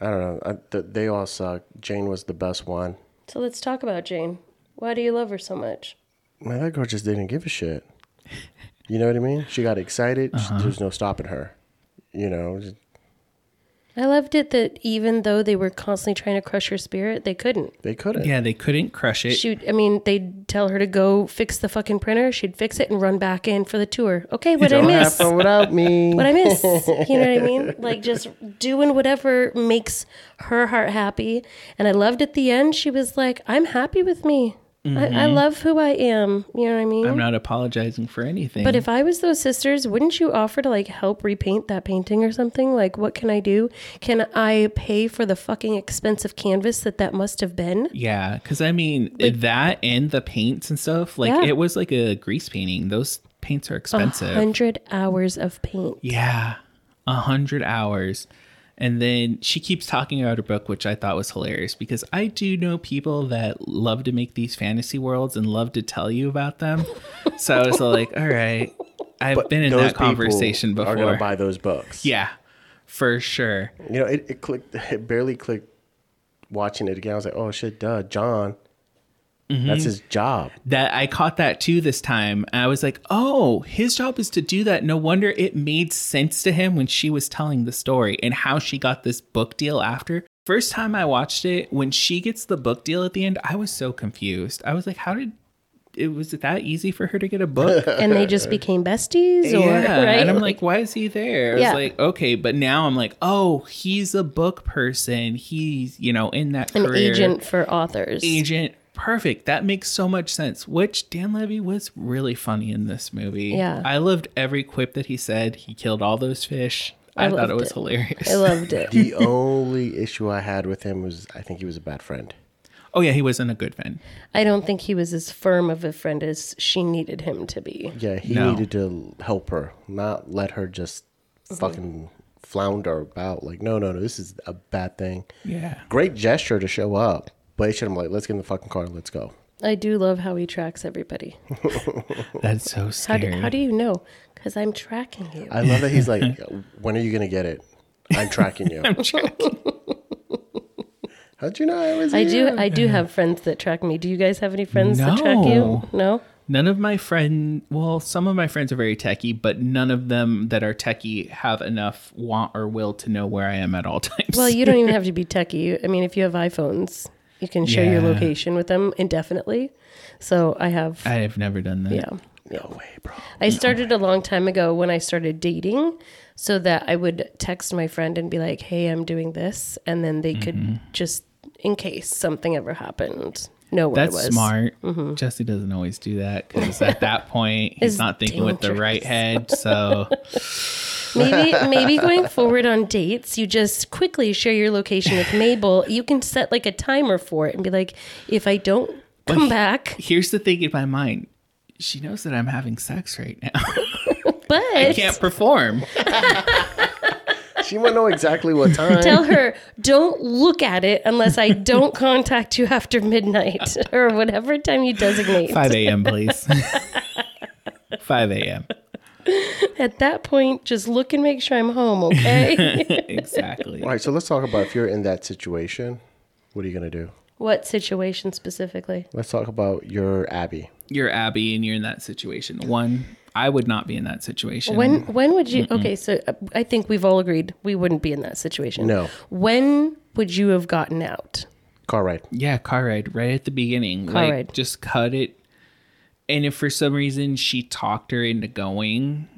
[SPEAKER 1] I don't know. I, th they all suck. Jane was the best one.
[SPEAKER 3] So let's talk about Jane. Why do you love her so much?
[SPEAKER 1] Man, that girl just didn't give a shit. You know what I mean? She got excited. She-
[SPEAKER 2] Uh-huh.
[SPEAKER 1] There's no stopping her. You know, just-
[SPEAKER 3] I loved it that even though they were constantly trying to crush her spirit, they couldn't.
[SPEAKER 1] they couldn't.
[SPEAKER 2] yeah, they couldn't crush it.
[SPEAKER 3] She, I mean, they'd tell her to go fix the fucking printer. She'd fix it and run back in for the tour. Okay, what did I
[SPEAKER 1] Don't have
[SPEAKER 3] miss?
[SPEAKER 1] fun without me.
[SPEAKER 3] What I miss? You know what I mean? Like just doing whatever makes her heart happy. And I loved at the end. She was like, "I'm happy with me. I, I love who I am. You know what I mean?
[SPEAKER 2] Mm-hmm. I'm not apologizing for anything.
[SPEAKER 3] But if I was those sisters, wouldn't you offer to like help repaint that painting or something? Like, what can I do? Can I pay for the fucking expensive canvas that that must have been?
[SPEAKER 2] yeah, because I mean that and the paints and stuff. Like
[SPEAKER 3] Yeah.
[SPEAKER 2] it was like a grease painting. Those paints are expensive.
[SPEAKER 3] Hundred hours of paint.
[SPEAKER 2] Yeah, a hundred hours. And then she keeps talking about her book, which I thought was hilarious because I do know people that love to make these fantasy worlds and love to tell you about them. so I was like, all right, I've been in that conversation
[SPEAKER 1] people Are
[SPEAKER 2] before.
[SPEAKER 1] going to buy those books?
[SPEAKER 2] yeah, for sure.
[SPEAKER 1] You know, it, it clicked. It barely clicked. Watching it again, I was like, "Oh shit, duh, John." That's his job.
[SPEAKER 2] That I caught that too this time. I was like, oh, his job is to do that. No wonder it made sense to him when she was telling the story and how she got this book deal after. First time I watched it, when she gets the book deal at the end, I was so confused. I was like, how did it was it that easy for her to get a book?
[SPEAKER 3] And they just became besties or
[SPEAKER 2] yeah.
[SPEAKER 3] right?
[SPEAKER 2] And I'm like, why is he there? I was
[SPEAKER 3] Yeah.
[SPEAKER 2] like, okay, but now I'm like, oh, he's a book person. He's, you know, in that
[SPEAKER 3] an
[SPEAKER 2] career
[SPEAKER 3] agent for authors.
[SPEAKER 2] agent. Perfect. That makes so much sense. Which Dan Levy was really funny in this movie.
[SPEAKER 3] Yeah.
[SPEAKER 2] I loved every quip that he said. He killed all those fish. I,
[SPEAKER 3] I loved
[SPEAKER 2] thought it was
[SPEAKER 3] it.
[SPEAKER 2] hilarious.
[SPEAKER 3] I loved it.
[SPEAKER 1] The only issue I had with him was I think he was a bad friend.
[SPEAKER 2] oh yeah, he wasn't a good friend.
[SPEAKER 3] I don't think he was as firm of a friend as she needed him to be.
[SPEAKER 1] Yeah, he
[SPEAKER 2] No.
[SPEAKER 1] needed to help her, not let her just
[SPEAKER 3] Mm-hmm.
[SPEAKER 1] fucking flounder about. Like, no, no, no, this is a bad thing.
[SPEAKER 2] Yeah.
[SPEAKER 1] Great gesture to show up, but he should have like, let's get in the fucking car, let's go.
[SPEAKER 3] I do love how he tracks everybody.
[SPEAKER 2] That's so
[SPEAKER 3] How
[SPEAKER 2] scary.
[SPEAKER 3] do, how do you know? Because I'm tracking you.
[SPEAKER 1] I love that he's like, when are you gonna get it? I'm tracking you. How'd you know I was?
[SPEAKER 3] I do.
[SPEAKER 1] here?
[SPEAKER 3] I do have friends that track me. Do you guys have any friends that track
[SPEAKER 2] No.
[SPEAKER 3] you? No.
[SPEAKER 2] None of my friend, well, some of my friends are very techie, but none of them that are techie have enough want or will to know where I am at all times.
[SPEAKER 3] Well, you don't even have to be techie. I mean, if you have iPhones, you can share your
[SPEAKER 2] Yeah.
[SPEAKER 3] location with them indefinitely. So I have.
[SPEAKER 2] I have never done that.
[SPEAKER 3] yeah.
[SPEAKER 1] No way, bro.
[SPEAKER 3] I started a long time ago when I started dating so that I would text my friend and be like, hey, I'm doing this. And then they could
[SPEAKER 2] Mm-hmm.
[SPEAKER 3] just, in case something ever happened, know where
[SPEAKER 2] That's
[SPEAKER 3] it was. Mm-hmm.
[SPEAKER 2] smart. Jesse doesn't always do that because at that point he's
[SPEAKER 3] It's
[SPEAKER 2] not thinking with the
[SPEAKER 3] dangerous.
[SPEAKER 2] right head. So
[SPEAKER 3] Maybe, maybe going forward on dates, you just quickly share your location with Mabel. You can set like a timer for it and be like, if I don't come back,
[SPEAKER 2] here's the thing in my mind: she knows that I'm having sex right now.
[SPEAKER 3] but
[SPEAKER 2] I can't perform.
[SPEAKER 1] She won't know exactly what time.
[SPEAKER 3] tell her don't look at it unless I don't contact you after midnight or whatever time you designate.
[SPEAKER 2] 5 a.m. Please. 5 a.m.
[SPEAKER 3] At that point, just look and make sure I'm home, okay?
[SPEAKER 2] exactly.
[SPEAKER 1] All right, so let's talk about if you're in that situation, what are you gonna do?
[SPEAKER 3] what situation specifically?
[SPEAKER 1] Let's talk about your Abby.
[SPEAKER 2] You're Abby, and you're in that situation. One, I would not be in that situation.
[SPEAKER 3] When when would you Okay, so uh, I think we've all agreed we wouldn't be in that situation.
[SPEAKER 1] No.
[SPEAKER 3] When would you have gotten out?
[SPEAKER 1] Car ride.
[SPEAKER 2] Yeah, car ride right at the beginning.
[SPEAKER 3] Car
[SPEAKER 2] like,
[SPEAKER 3] ride.
[SPEAKER 2] Just cut it. And if for some reason she talked her into going,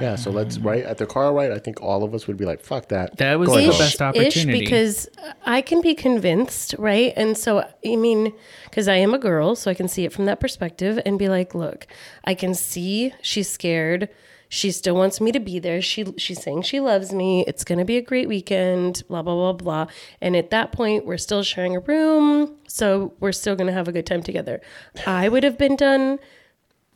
[SPEAKER 1] Yeah, so let's right at the car ride. I think all of us would be like, "Fuck that."
[SPEAKER 2] That was
[SPEAKER 1] Go ahead,
[SPEAKER 2] the
[SPEAKER 1] Bob.
[SPEAKER 2] best opportunity.
[SPEAKER 3] because I can be convinced, right? And so, I mean, because I am a girl, so I can see it from that perspective and be like, look, I can see she's scared. She still wants me to be there. She she's saying she loves me. It's gonna be a great weekend. Blah blah blah blah. And at that point, we're still sharing a room, so we're still gonna have a good time together. I would have been done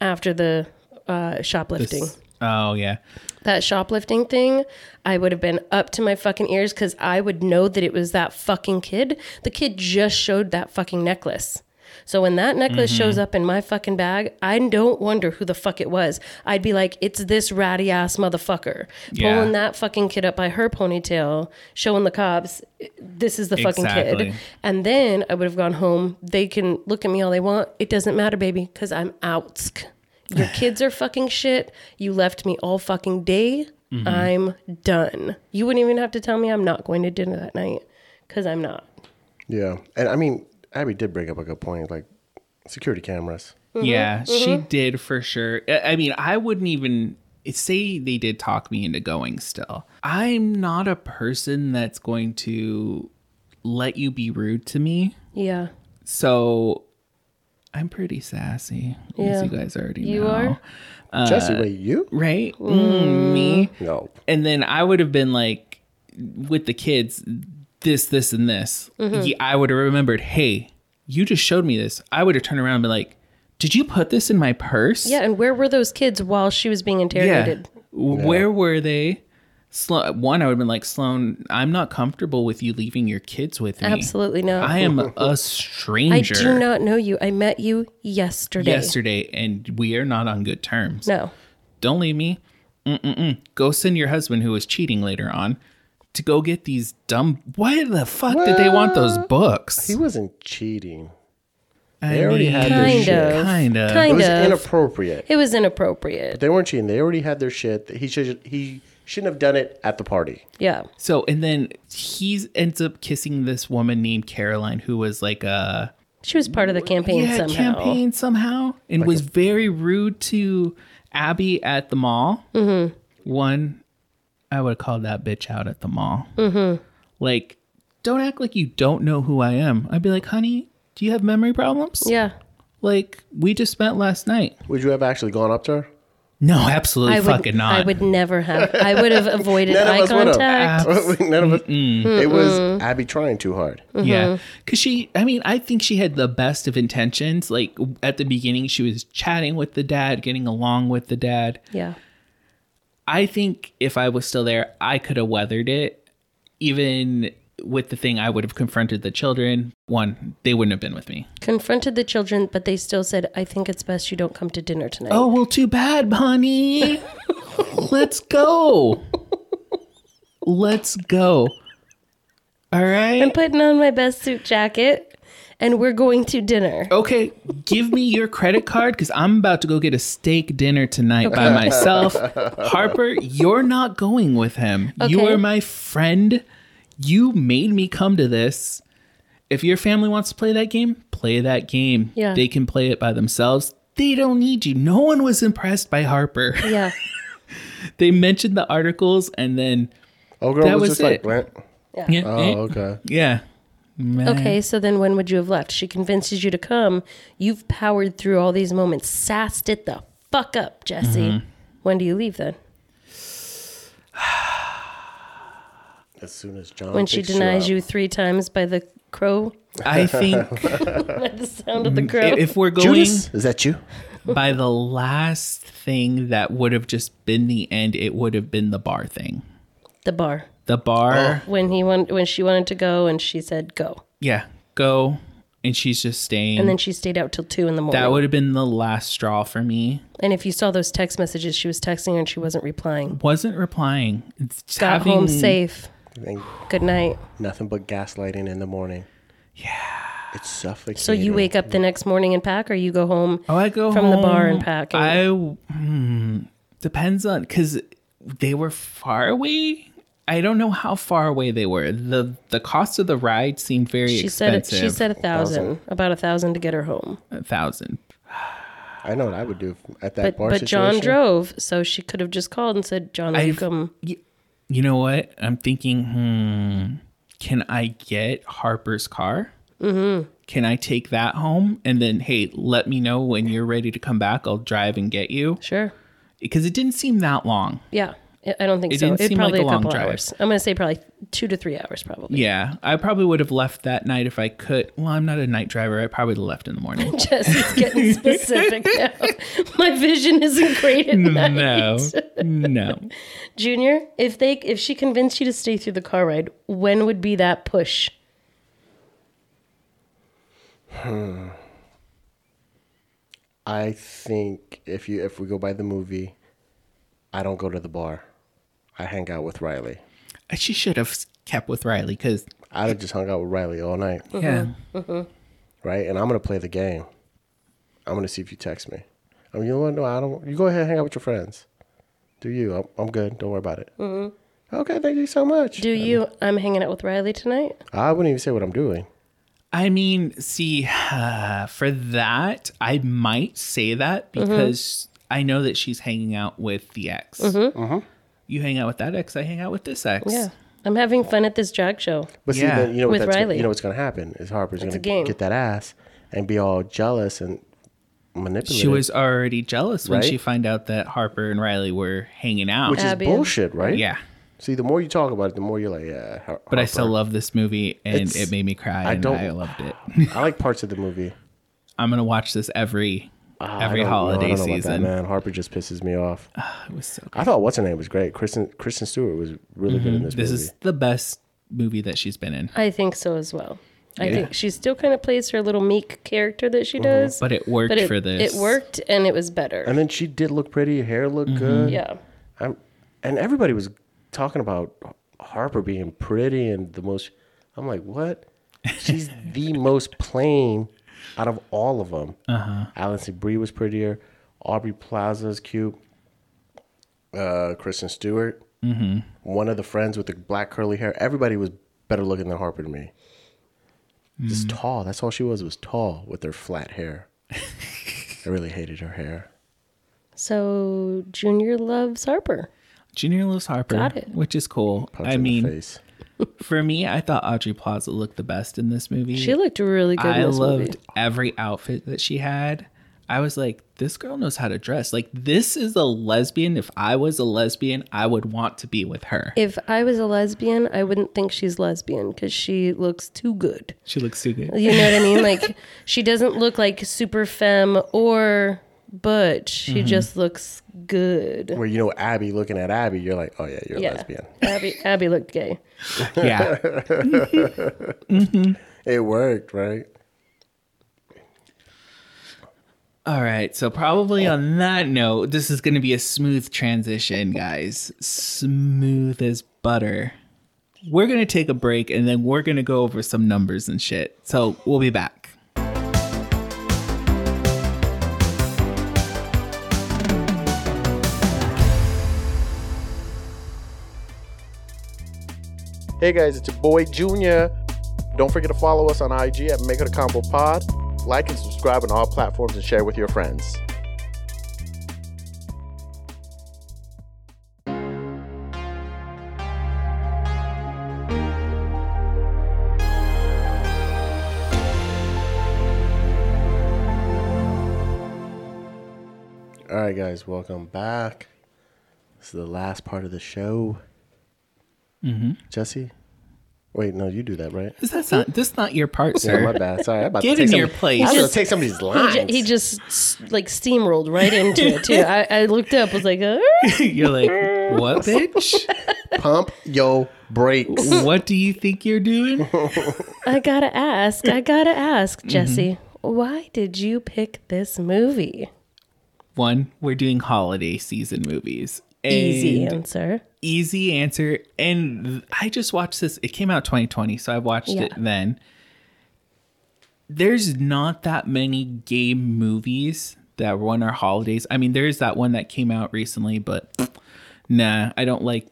[SPEAKER 3] after the uh, shoplifting
[SPEAKER 2] oh yeah,
[SPEAKER 3] that shoplifting thing, I would have been up to my fucking ears because I would know that it was that fucking kid. The kid just showed that fucking necklace. So when that necklace shows up in my fucking bag, I don't wonder who the fuck it was. I'd be like, it's this ratty ass motherfucker
[SPEAKER 2] Yeah.
[SPEAKER 3] pulling that fucking kid up by her ponytail, showing the cops, this is the fucking
[SPEAKER 2] Exactly.
[SPEAKER 3] kid. And then I would have gone home. They can look at me all they want. It doesn't matter, baby, because I'm out. Your kids are fucking shit. You left me all fucking day.
[SPEAKER 2] Mm-hmm.
[SPEAKER 3] I'm done. You wouldn't even have to tell me I'm not going to dinner that night because I'm not.
[SPEAKER 1] Yeah, and I mean, Abby did bring up a good point, like security cameras.
[SPEAKER 3] Mm-hmm,
[SPEAKER 2] yeah, she did for sure. I I mean, I wouldn't even say they did talk me into going. Still, I'm not a person that's going to let you be rude to me.
[SPEAKER 3] Yeah.
[SPEAKER 2] So I'm pretty sassy,
[SPEAKER 3] Yeah.
[SPEAKER 2] as you guys already
[SPEAKER 3] You
[SPEAKER 2] know.
[SPEAKER 3] are?
[SPEAKER 2] Uh,
[SPEAKER 1] Jesse, wait, you?
[SPEAKER 2] Right? Mm, me.
[SPEAKER 1] No.
[SPEAKER 2] And then I would have been like, with the kids, this, this, and this.
[SPEAKER 3] Mm-hmm.
[SPEAKER 2] Ye- I would have remembered, hey, you just showed me this. I would have turned around and been like, did you put this in my purse?
[SPEAKER 3] Yeah, and where were those kids while she was being interrogated?
[SPEAKER 2] W- Where were they? Slo- one, I would have been like, Sloan, I'm not comfortable with you leaving your kids with me.
[SPEAKER 3] Absolutely not.
[SPEAKER 2] I am a
[SPEAKER 3] I
[SPEAKER 2] stranger
[SPEAKER 3] do not know you. I met you yesterday.
[SPEAKER 2] yesterday, and we are not on good terms.
[SPEAKER 3] No.
[SPEAKER 2] Don't leave me. Mm-mm-mm. Go send your husband, who was cheating later on, to go get these dumb. Why the fuck did they want those books?
[SPEAKER 1] He wasn't cheating.
[SPEAKER 2] I
[SPEAKER 1] they already had their
[SPEAKER 3] Kind
[SPEAKER 1] shit.
[SPEAKER 3] of.
[SPEAKER 2] Kind of.
[SPEAKER 1] It
[SPEAKER 3] Kind
[SPEAKER 1] was
[SPEAKER 3] of.
[SPEAKER 1] inappropriate.
[SPEAKER 3] It was inappropriate.
[SPEAKER 1] They weren't cheating. They already had their shit. He should he shouldn't have done it at the party.
[SPEAKER 3] Yeah.
[SPEAKER 2] So, and then he ends up kissing this woman named Caroline, who was like a
[SPEAKER 3] She was part of the campaign
[SPEAKER 2] yeah,
[SPEAKER 3] somehow.
[SPEAKER 2] campaign somehow, and was very rude to Abby at the mall. Mm-hmm. One, I would call that bitch out at the mall. Mm-hmm. Like, don't act like you don't know who I am. I'd be like, honey, do you have memory problems?
[SPEAKER 3] Yeah.
[SPEAKER 2] Like, we just met last night.
[SPEAKER 1] Would you have actually gone up to her?
[SPEAKER 2] No, absolutely
[SPEAKER 3] I would,
[SPEAKER 2] fucking not.
[SPEAKER 3] I would never have. I would have avoided
[SPEAKER 1] None of
[SPEAKER 3] eye
[SPEAKER 1] us would've.
[SPEAKER 3] contact.
[SPEAKER 1] None of us. It was Abby trying too hard.
[SPEAKER 2] Yeah.
[SPEAKER 3] mm-hmm.
[SPEAKER 2] Cause she, I mean, I think she had the best of intentions. Like at the beginning, she was chatting with the dad, getting along with the dad.
[SPEAKER 3] Yeah.
[SPEAKER 2] I think if I was still there, I could have weathered it. Even with the thing, I would have confronted the children. One, they wouldn't have been with me.
[SPEAKER 3] Confronted the children, but they still said, I think it's best you don't come to dinner tonight.
[SPEAKER 2] Oh, well, too bad, honey. Let's go. Let's go. All
[SPEAKER 3] I'm
[SPEAKER 2] right.
[SPEAKER 3] putting on my best suit jacket and we're going to dinner.
[SPEAKER 2] Okay, give me your credit card because I'm about to go get a steak dinner tonight by myself. Harper, you're not going with him. You
[SPEAKER 3] Okay.
[SPEAKER 2] are my friend. You made me come to this. If your family wants to play that game, play that game.
[SPEAKER 3] Yeah.
[SPEAKER 2] They can play it by themselves. They don't need you. No one was impressed by Harper.
[SPEAKER 3] Yeah.
[SPEAKER 2] they mentioned the articles and then,
[SPEAKER 1] Oh, girl
[SPEAKER 2] That
[SPEAKER 1] was,
[SPEAKER 2] was
[SPEAKER 1] just like
[SPEAKER 2] it.
[SPEAKER 1] Brent.
[SPEAKER 2] yeah.
[SPEAKER 1] Oh,
[SPEAKER 2] eh,
[SPEAKER 1] okay.
[SPEAKER 2] Yeah. Meh.
[SPEAKER 3] Okay, so then when would you have left? She convinces you to come. You've powered through all these moments, sassed it the fuck up, Jesse. When do you leave then?
[SPEAKER 1] As soon as John.
[SPEAKER 3] When she
[SPEAKER 1] picks
[SPEAKER 3] denies
[SPEAKER 1] you,
[SPEAKER 3] you three times by the crow,
[SPEAKER 2] I think i-
[SPEAKER 3] by the sound of the crow.
[SPEAKER 2] if we're
[SPEAKER 1] up.
[SPEAKER 2] going.
[SPEAKER 1] Judas, is that you?
[SPEAKER 2] by the last thing that would have just been the end, it would have been the bar thing.
[SPEAKER 3] the bar.
[SPEAKER 2] The bar,
[SPEAKER 3] When he want, when she wanted to go and she said go.
[SPEAKER 2] yeah, go, and she's just staying.
[SPEAKER 3] And then she stayed out till two in the morning.
[SPEAKER 2] Mm. that would have been the last straw for me.
[SPEAKER 3] and if you saw those text messages, she was texting her and she wasn't replying.
[SPEAKER 2] Wasn't replying. It's
[SPEAKER 3] Got
[SPEAKER 2] having-
[SPEAKER 3] home safe.
[SPEAKER 1] And
[SPEAKER 3] Good night.
[SPEAKER 1] nothing but gaslighting in the morning. Yeah. It's suffocating.
[SPEAKER 3] So you wake up the next morning and pack, or you go home
[SPEAKER 2] Oh, I go
[SPEAKER 3] from the bar
[SPEAKER 2] home.
[SPEAKER 3] and pack. and-
[SPEAKER 2] I hmm, depends on because they were far away. I don't know how far away they were. the The cost of the ride seemed very
[SPEAKER 3] She said
[SPEAKER 2] expensive.
[SPEAKER 3] she said a thousand, about a thousand to get her home.
[SPEAKER 2] a thousand.
[SPEAKER 1] I know what I would do at that
[SPEAKER 3] But
[SPEAKER 1] bar
[SPEAKER 3] but
[SPEAKER 1] situation.
[SPEAKER 3] John drove, so she could have just called and said, "John, will you
[SPEAKER 2] I've-
[SPEAKER 3] come?"
[SPEAKER 2] Y- You know what? I'm thinking, hmm, can I get Harper's car? Mm-hmm. Can I take that home? And then, hey, let me know when you're ready to come back. I'll drive and get you.
[SPEAKER 3] Sure.
[SPEAKER 2] Because it didn't seem that long.
[SPEAKER 3] Yeah, I- I don't think
[SPEAKER 2] It
[SPEAKER 3] so.
[SPEAKER 2] didn't
[SPEAKER 3] It
[SPEAKER 2] seem
[SPEAKER 3] probably
[SPEAKER 2] like
[SPEAKER 3] a,
[SPEAKER 2] a long
[SPEAKER 3] couple
[SPEAKER 2] drive.
[SPEAKER 3] hours. I'm gonna say probably two to three hours, probably.
[SPEAKER 2] Yeah, I probably would have left that night if I could. Well, I'm not a night driver. I probably would have left in the morning.
[SPEAKER 3] Jesse's getting specific now. My vision isn't great at night.
[SPEAKER 2] no, no.
[SPEAKER 3] Junior, if they if she convinced you to stay through the car ride, when would be that push?
[SPEAKER 1] I think if you if we go by the movie, I don't go to the bar. I hang out with Riley.
[SPEAKER 2] She should have kept with Riley because,
[SPEAKER 1] I'd have just hung out with Riley all night,
[SPEAKER 2] yeah.
[SPEAKER 1] right? And I'm gonna play the game. I'm gonna see if you text me. I mean, you know what? No, I don't. You go ahead, and hang out with your friends. Do you? I'm, I'm good. Don't worry about it. Okay, thank you so much.
[SPEAKER 3] Mm-hmm.
[SPEAKER 2] Um,
[SPEAKER 3] Do you? I'm hanging out with Riley tonight.
[SPEAKER 1] I wouldn't even say what I'm doing.
[SPEAKER 2] I mean, see, for that, I might say that
[SPEAKER 3] Mm-hmm.
[SPEAKER 2] because I know that she's hanging out with the ex.
[SPEAKER 1] Uh-huh.
[SPEAKER 2] You hang out with that ex, I hang out with this ex.
[SPEAKER 3] Mm-hmm. Yeah, I'm having fun at this drag show.
[SPEAKER 1] But see,
[SPEAKER 2] Yeah.
[SPEAKER 1] then, you know what
[SPEAKER 3] With
[SPEAKER 1] that's gonna-
[SPEAKER 3] Riley.
[SPEAKER 1] you know what's going to happen is Harper's going
[SPEAKER 3] a game.
[SPEAKER 1] to get that ass, and be all jealous and manipulative.
[SPEAKER 2] She was already jealous when
[SPEAKER 1] Right?
[SPEAKER 2] she found out that Harper and Riley were hanging out.
[SPEAKER 1] which is
[SPEAKER 3] Abby.
[SPEAKER 1] bullshit, right?
[SPEAKER 2] yeah.
[SPEAKER 1] See, the more you talk about it, the more you're like, yeah. Har-
[SPEAKER 2] But I
[SPEAKER 1] Harper.
[SPEAKER 2] still love this movie and
[SPEAKER 1] It's-
[SPEAKER 2] it made me cry
[SPEAKER 1] I
[SPEAKER 2] and
[SPEAKER 1] don't-
[SPEAKER 2] I loved it.
[SPEAKER 1] I like parts of the movie.
[SPEAKER 2] I'm gonna watch this every
[SPEAKER 1] Ah, I
[SPEAKER 2] every
[SPEAKER 1] don't know. I don't
[SPEAKER 2] holiday
[SPEAKER 1] know about that,
[SPEAKER 2] season.
[SPEAKER 1] man, Harper just pisses me off.
[SPEAKER 2] It was so
[SPEAKER 1] I thought what's her name was great. Kristen Kristen Stewart was really good in this,
[SPEAKER 2] Mm-hmm. This
[SPEAKER 1] movie.
[SPEAKER 2] is the best movie that she's been in.
[SPEAKER 3] I think so as well. I
[SPEAKER 2] Yeah. Mm-hmm.
[SPEAKER 3] think she still kind of plays her little meek character that she does.
[SPEAKER 2] But it worked
[SPEAKER 3] but it,
[SPEAKER 2] for this.
[SPEAKER 3] it worked and it was better.
[SPEAKER 1] and then she did look pretty. Her hair
[SPEAKER 2] Mm-hmm.
[SPEAKER 1] looked good.
[SPEAKER 3] yeah.
[SPEAKER 1] I'm, and everybody was talking about Harper being pretty and the most. I'm like, what? She's the most plain out of all of them. Uh-huh. Alison Brie was prettier. Aubrey Plaza's cute. Uh, Kristen Stewart. Mm-hmm. One of the friends with the black curly hair. Everybody was better looking than Harper to me. Just tall. That's all she was. Was tall with her flat hair. I really hated her hair.
[SPEAKER 3] So Junior loves Harper.
[SPEAKER 2] Junior loves Harper,
[SPEAKER 3] Got it.
[SPEAKER 2] which is cool.
[SPEAKER 1] Punch
[SPEAKER 2] I
[SPEAKER 1] in the
[SPEAKER 2] mean,
[SPEAKER 1] face.
[SPEAKER 2] for me, I thought Audrey Plaza looked the best in this movie.
[SPEAKER 3] She looked really good.
[SPEAKER 2] Mm. I
[SPEAKER 3] in this
[SPEAKER 2] loved
[SPEAKER 3] Movie.
[SPEAKER 2] every outfit that she had. I was like, this girl knows how to dress. Like, this is a lesbian. If I was a lesbian, I would want to be with her.
[SPEAKER 3] If I was a lesbian, I wouldn't think she's lesbian because she looks too good.
[SPEAKER 2] She looks too good.
[SPEAKER 3] You know what I mean? Like she doesn't look like super femme or butch. She
[SPEAKER 2] Mm-hmm.
[SPEAKER 3] just looks good.
[SPEAKER 1] where you know Abby looking at Abby, you're like, oh yeah, you're a
[SPEAKER 3] Yeah.
[SPEAKER 1] lesbian.
[SPEAKER 3] Abby Abby looked gay.
[SPEAKER 2] Yeah.
[SPEAKER 1] It worked, right?
[SPEAKER 2] All right. So, probably on that note, this is going to be a smooth transition, guys. Smooth as butter. We're going to take a break and then we're going to go over some numbers and shit. So, we'll be back.
[SPEAKER 1] Hey guys, it's your boy Junior. Don't forget to follow us on IG at Make It a Combo Pod. Like and subscribe on all platforms and share with your friends. All right, guys, welcome back. This is the last part of the show. Jesse? Wait, no, you do that, right?
[SPEAKER 2] Is that not, this not your part,
[SPEAKER 1] Yeah,
[SPEAKER 2] sir?
[SPEAKER 1] Oh, my bad. Sorry, I'm about
[SPEAKER 2] Get
[SPEAKER 1] to take
[SPEAKER 2] in
[SPEAKER 1] some-
[SPEAKER 2] your place.
[SPEAKER 1] I was
[SPEAKER 2] He
[SPEAKER 1] gonna
[SPEAKER 3] just-
[SPEAKER 1] take some of these
[SPEAKER 3] He,
[SPEAKER 1] lines.
[SPEAKER 3] ju- he just s- like steamrolled right into it too. I, I looked up, was like, "Ah."
[SPEAKER 2] You're like, what, bitch?
[SPEAKER 1] pump yo brakes.
[SPEAKER 2] what do you think you're doing?
[SPEAKER 3] I gotta ask, I gotta
[SPEAKER 2] Mm-hmm.
[SPEAKER 3] ask, Jesse, why did you pick this movie?
[SPEAKER 2] One, we're doing holiday season movies.
[SPEAKER 3] Easy
[SPEAKER 2] And
[SPEAKER 3] answer.
[SPEAKER 2] easy answer. And th- I just watched this. It came out 2020, so I watched
[SPEAKER 3] Yeah.
[SPEAKER 2] it then. There's not that many gay movies that won our holidays. I mean, there is that one that came out recently, but nah, I don't like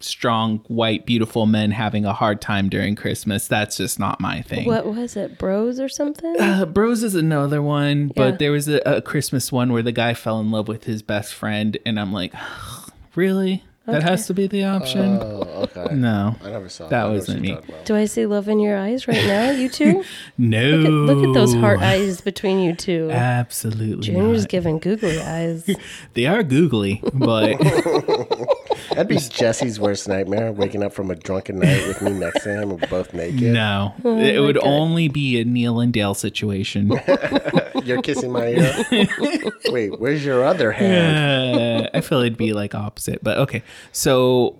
[SPEAKER 2] strong, white, beautiful men having a hard time during Christmas. That's just not my thing.
[SPEAKER 3] What was it, Bros or something?
[SPEAKER 2] Uh, Bros is another one,
[SPEAKER 3] Yeah.
[SPEAKER 2] but there was a, a Christmas one where the guy fell in love with his best friend, and I'm like, really? That has to be the option?
[SPEAKER 1] Uh, Oh, okay.
[SPEAKER 2] no,
[SPEAKER 1] I never saw
[SPEAKER 2] That
[SPEAKER 1] I know
[SPEAKER 2] wasn't
[SPEAKER 1] what you're
[SPEAKER 2] me.
[SPEAKER 1] talking about.
[SPEAKER 3] Do I see love in your eyes right now, you two?
[SPEAKER 2] no.
[SPEAKER 3] Look at, look at those heart eyes between you two.
[SPEAKER 2] Absolutely,
[SPEAKER 3] Junior's
[SPEAKER 2] Uh, not.
[SPEAKER 3] giving googly eyes.
[SPEAKER 2] they are googly, but
[SPEAKER 1] That'd be Jesse's worst nightmare, waking up from a drunken night with me next to him and we're both naked.
[SPEAKER 2] no, it would
[SPEAKER 3] Oh God.
[SPEAKER 2] only be a Neil and Dale situation.
[SPEAKER 1] You're kissing my ear. Wait, where's your other hand?
[SPEAKER 2] Uh, I feel it'd be like opposite, but okay. So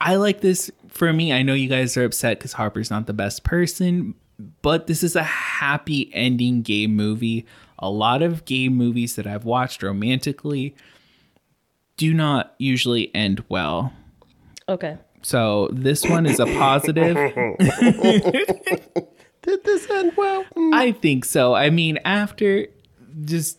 [SPEAKER 2] I like this for me. I know you guys are upset because Harper's not the best person, but this is a happy ending gay movie. A lot of gay movies that I've watched romantically do not usually end well.
[SPEAKER 3] Okay.
[SPEAKER 2] So this one is a positive.
[SPEAKER 1] Did this end well? Mm.
[SPEAKER 2] I think so. I mean, after just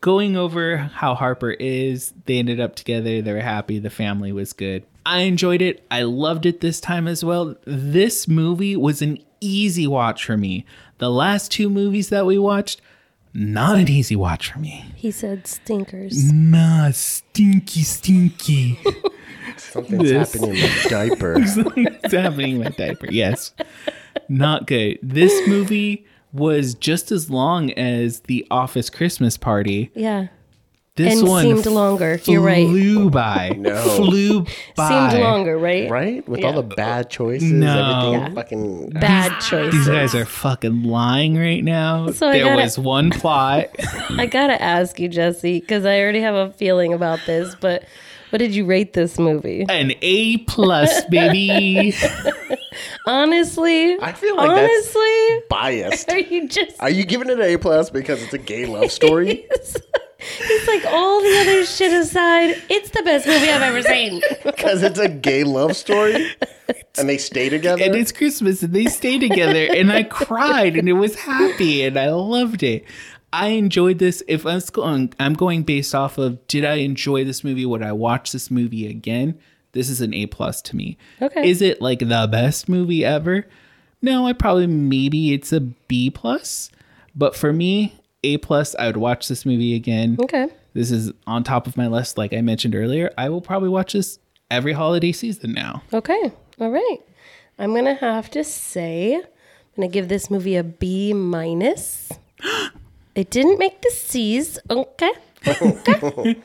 [SPEAKER 2] going over how Harper is, they ended up together. They were happy. The family was good. I enjoyed it. I loved it this time as well. This movie was an easy watch for me. The last two movies that we watched, not an easy watch for me.
[SPEAKER 3] He said
[SPEAKER 1] Mm-hmm.
[SPEAKER 3] stinkers.
[SPEAKER 2] Nah, stinky, stinky.
[SPEAKER 1] Something's
[SPEAKER 2] This.
[SPEAKER 1] happening in my diaper.
[SPEAKER 2] it's happening in my diaper. Yes. Not good. This movie was just as long as the office Christmas party.
[SPEAKER 3] Yeah.
[SPEAKER 2] This
[SPEAKER 3] And
[SPEAKER 2] one
[SPEAKER 3] seemed
[SPEAKER 2] f-
[SPEAKER 3] longer. You're right.
[SPEAKER 2] Flew by.
[SPEAKER 1] No.
[SPEAKER 2] Flew by.
[SPEAKER 3] Seemed longer, right?
[SPEAKER 1] Right? With all
[SPEAKER 3] Yeah.
[SPEAKER 1] the bad choices,
[SPEAKER 2] No.
[SPEAKER 1] everything fucking
[SPEAKER 3] Bad
[SPEAKER 2] These
[SPEAKER 3] choice.
[SPEAKER 2] guys are fucking lying right now.
[SPEAKER 3] So I
[SPEAKER 2] there
[SPEAKER 3] gotta-
[SPEAKER 2] was one plot.
[SPEAKER 3] I gotta ask you, Jesse, because I already have a feeling about this. But what did you rate this movie?
[SPEAKER 2] An A plus, baby.
[SPEAKER 3] Honestly,
[SPEAKER 1] I feel like that's-
[SPEAKER 3] honestly,
[SPEAKER 1] biased.
[SPEAKER 3] are you just?
[SPEAKER 1] Are you giving it an A plus because it's a gay love story?
[SPEAKER 3] It's like all the other shit aside. It's the best movie I've ever seen.
[SPEAKER 1] Because it's a gay love story, and they stay together.
[SPEAKER 2] and it's Christmas and they stay together and I cried and it was happy and I loved it. I enjoyed this. If I'm sc- um, I'm going based off of did I enjoy this movie? Would I watch this movie again? This is an A plus to me.
[SPEAKER 3] Okay.
[SPEAKER 2] Is it like the best movie ever? No, I probably maybe it's a B plus, but for me, A plus. I would watch this movie again.
[SPEAKER 3] Okay.
[SPEAKER 2] This is on top of my list, like I mentioned earlier. I will probably watch this every holiday season now.
[SPEAKER 3] Okay. All right. I'm gonna have to say, I'm gonna give this movie a B minus. It didn't make the C's, okay? Okay.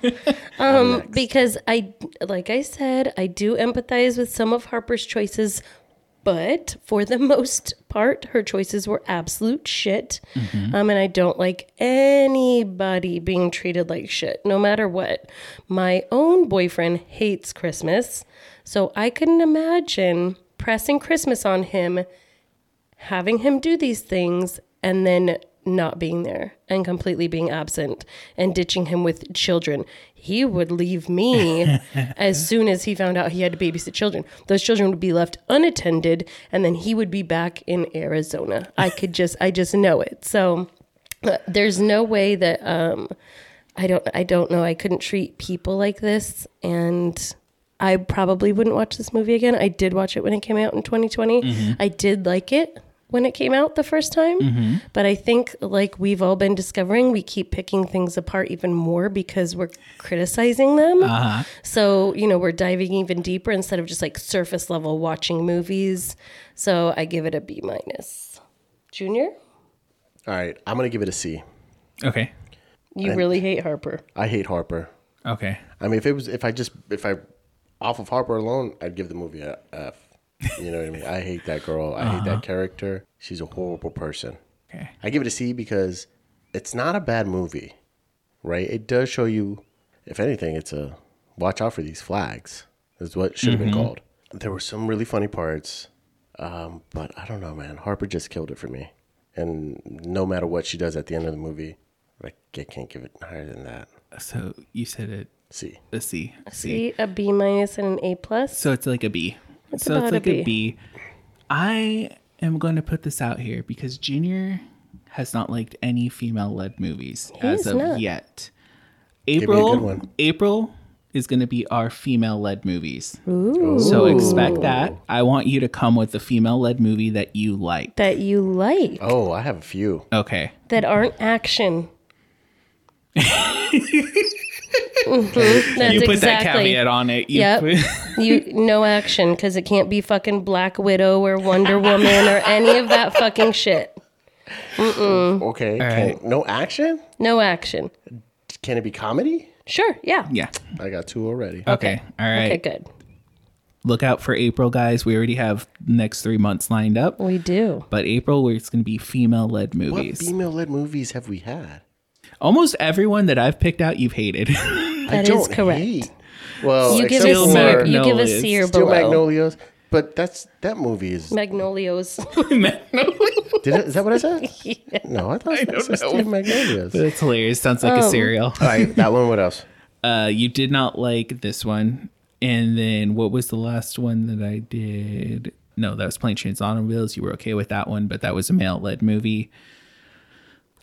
[SPEAKER 3] um, because I, like I said, I do empathize with some of Harper's choices, but for the most part, her choices were absolute shit. Um, and I don't like anybody being treated like shit, no matter what. My own boyfriend hates Christmas, so I couldn't imagine pressing Christmas on him having him do these things and then not being there and completely being absent and ditching him with children. He would leave me as soon as he found out he had to babysit children. Those children would be left unattended and then he would be back in Arizona. I could just I just know it. So uh, there's no way that um I don't I don't know. I couldn't treat people like this and I probably wouldn't watch this movie again. I did watch it when it came out in 2020. I did like it when it came out the first time, but I think like we've all been discovering, we keep picking things apart even more because we're criticizing them. So, you know, we're diving even deeper instead of just like surface level watching movies. So, I give it a B minus. Junior,
[SPEAKER 1] all right, I'm gonna give it a C.
[SPEAKER 2] Okay.
[SPEAKER 3] you really hate Harper.
[SPEAKER 1] I hate Harper.
[SPEAKER 2] Okay.
[SPEAKER 1] I mean, if it was, if I just, if I, off of Harper alone, I'd give the movie a F. You know what I mean? I hate that girl. I hate that character. She's a horrible person.
[SPEAKER 2] Okay.
[SPEAKER 1] I give it a C because it's not a bad movie, right? It does show you, if anything, it's a watch out for these flags. Is what it should have been called. There were some really funny parts, um, but I don't know, man. Harper just killed it for me, and no matter what she does at the end of the movie, like I can't give it higher than that.
[SPEAKER 2] So you said it.
[SPEAKER 1] C.
[SPEAKER 2] A C. A C.
[SPEAKER 3] See, a B minus and an A plus.
[SPEAKER 2] So it's like a B. so
[SPEAKER 3] about
[SPEAKER 2] it's
[SPEAKER 3] a
[SPEAKER 2] like a B. I am going to put this out here because Junior has not liked any female-led movies as
[SPEAKER 3] has
[SPEAKER 2] of
[SPEAKER 3] not.
[SPEAKER 2] yet.
[SPEAKER 1] me a
[SPEAKER 2] April.
[SPEAKER 1] good one.
[SPEAKER 2] April is going to be our female-led movies. So expect that. I want you to come with a female-led movie that you like.
[SPEAKER 3] that you like
[SPEAKER 1] Oh, I have a few.
[SPEAKER 2] Okay.
[SPEAKER 3] that aren't action. Mhm, That's
[SPEAKER 2] you put that
[SPEAKER 3] exactly.
[SPEAKER 2] caveat on it. You
[SPEAKER 3] Yep.
[SPEAKER 2] put-
[SPEAKER 3] you no action because it can't be fucking Black Widow or Wonder Woman or any of that fucking shit.
[SPEAKER 1] Okay. Can,
[SPEAKER 2] right.
[SPEAKER 1] No action?
[SPEAKER 3] No action.
[SPEAKER 1] Can it be comedy?
[SPEAKER 3] Sure. Yeah.
[SPEAKER 2] yeah.
[SPEAKER 1] I got two already.
[SPEAKER 2] Okay. All right.
[SPEAKER 3] Okay. Good.
[SPEAKER 2] Look out for April, guys. We already have next three months lined up.
[SPEAKER 3] We do.
[SPEAKER 2] but April, where it's going to be female led
[SPEAKER 1] What
[SPEAKER 2] movies.
[SPEAKER 1] female led movies have we had?
[SPEAKER 2] Almost everyone that I've picked out, you've hated.
[SPEAKER 1] I
[SPEAKER 3] That is correct.
[SPEAKER 1] hate- Well,
[SPEAKER 3] You give
[SPEAKER 1] except
[SPEAKER 3] a
[SPEAKER 2] Steel
[SPEAKER 3] C.
[SPEAKER 1] for
[SPEAKER 3] or- You give a
[SPEAKER 2] Magnolias.
[SPEAKER 3] C or
[SPEAKER 1] Steel
[SPEAKER 3] below.
[SPEAKER 1] Magnolias, but that's that movie is.
[SPEAKER 3] Magnolios.
[SPEAKER 1] Did it, is that what I said? No, I thought I said Steel Magnolias. All
[SPEAKER 2] That's hilarious. Sounds like a cereal.
[SPEAKER 1] right, that one. What else?
[SPEAKER 2] Oh. Uh, you did not like this one. And then what was the last one that I did? No, that was Plain Trains and Automobiles. You were okay with that one, but that was a male led movie.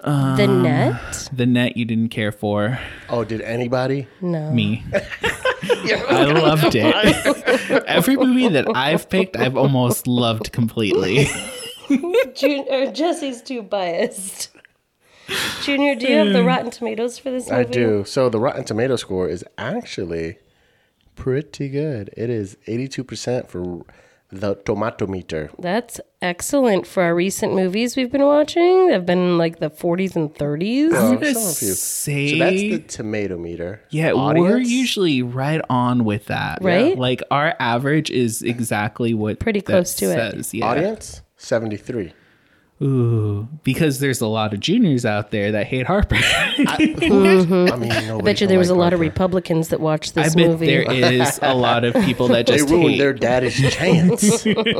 [SPEAKER 2] Ah.
[SPEAKER 3] the net.
[SPEAKER 2] The Net, you didn't care for.
[SPEAKER 1] Oh, did anybody?
[SPEAKER 3] No.
[SPEAKER 2] Me. I loved it. Every movie that I've picked, I've almost loved completely.
[SPEAKER 3] Jun- or Jesse's too biased. Junior, do you have the Rotten Tomatoes for this movie?
[SPEAKER 1] Hmm. I do. So the Rotten Tomato score is actually pretty good. It is 82% for The Tomato Meter.
[SPEAKER 3] That's excellent for our recent movies we've been watching. They've been in like the 40s and 30s.
[SPEAKER 1] Oh,
[SPEAKER 2] I'm gonna
[SPEAKER 1] some of you.
[SPEAKER 2] say,
[SPEAKER 1] So that's the tomato meter.
[SPEAKER 2] yeah, we're
[SPEAKER 1] Audience?
[SPEAKER 2] usually right on with that,
[SPEAKER 3] Right?
[SPEAKER 2] Like our average is exactly what
[SPEAKER 3] Pretty close to it.
[SPEAKER 2] it. Yeah.
[SPEAKER 1] Audience? 73.
[SPEAKER 2] Ooh, because there's a lot of juniors out there that hate Harper. I,
[SPEAKER 1] I mean, nobody
[SPEAKER 3] Mm-hmm. Bet you
[SPEAKER 1] can
[SPEAKER 3] there was a
[SPEAKER 1] like
[SPEAKER 3] lot of
[SPEAKER 1] Harper.
[SPEAKER 3] Republicans that watched this
[SPEAKER 2] bet
[SPEAKER 3] movie.
[SPEAKER 2] there is a lot of people that
[SPEAKER 1] They
[SPEAKER 2] just
[SPEAKER 1] ruined
[SPEAKER 2] hate.
[SPEAKER 1] their daddy's chance.
[SPEAKER 3] He'll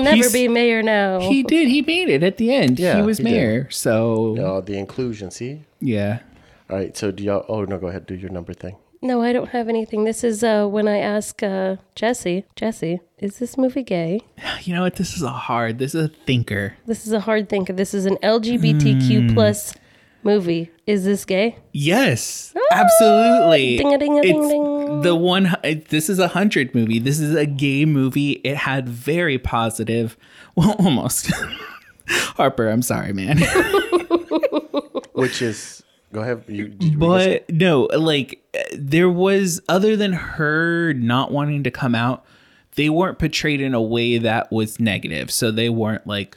[SPEAKER 3] never
[SPEAKER 2] He's-
[SPEAKER 3] be mayor now.
[SPEAKER 2] he did. He made it at the end.
[SPEAKER 1] Yeah,
[SPEAKER 2] he was
[SPEAKER 1] he did.
[SPEAKER 2] mayor. So
[SPEAKER 1] oh, the inclusion, see?
[SPEAKER 2] yeah.
[SPEAKER 1] All right, so do y'all. Oh, no, go ahead. Do your number thing.
[SPEAKER 3] no, I don't have anything. This is uh, when I ask uh, Jesse, Jesse, is this movie gay?
[SPEAKER 2] You know what? This is a hard. This is a thinker.
[SPEAKER 3] This is a hard thinker. This is an
[SPEAKER 1] Hmm.
[SPEAKER 3] LGBTQ plus movie. Is this gay?
[SPEAKER 2] Yes, absolutely.
[SPEAKER 3] Ding a ding a Ah, ding
[SPEAKER 2] It's
[SPEAKER 3] ding.
[SPEAKER 2] The one. hu- it- This is a hundred movie. This is a gay movie. It had very positive. Well, almost. Harper, I'm sorry, man.
[SPEAKER 1] Which is. Go ahead. You, did you-
[SPEAKER 2] but no, like uh, there was other than her not wanting to come out, they weren't portrayed in a way that was negative. So they weren't like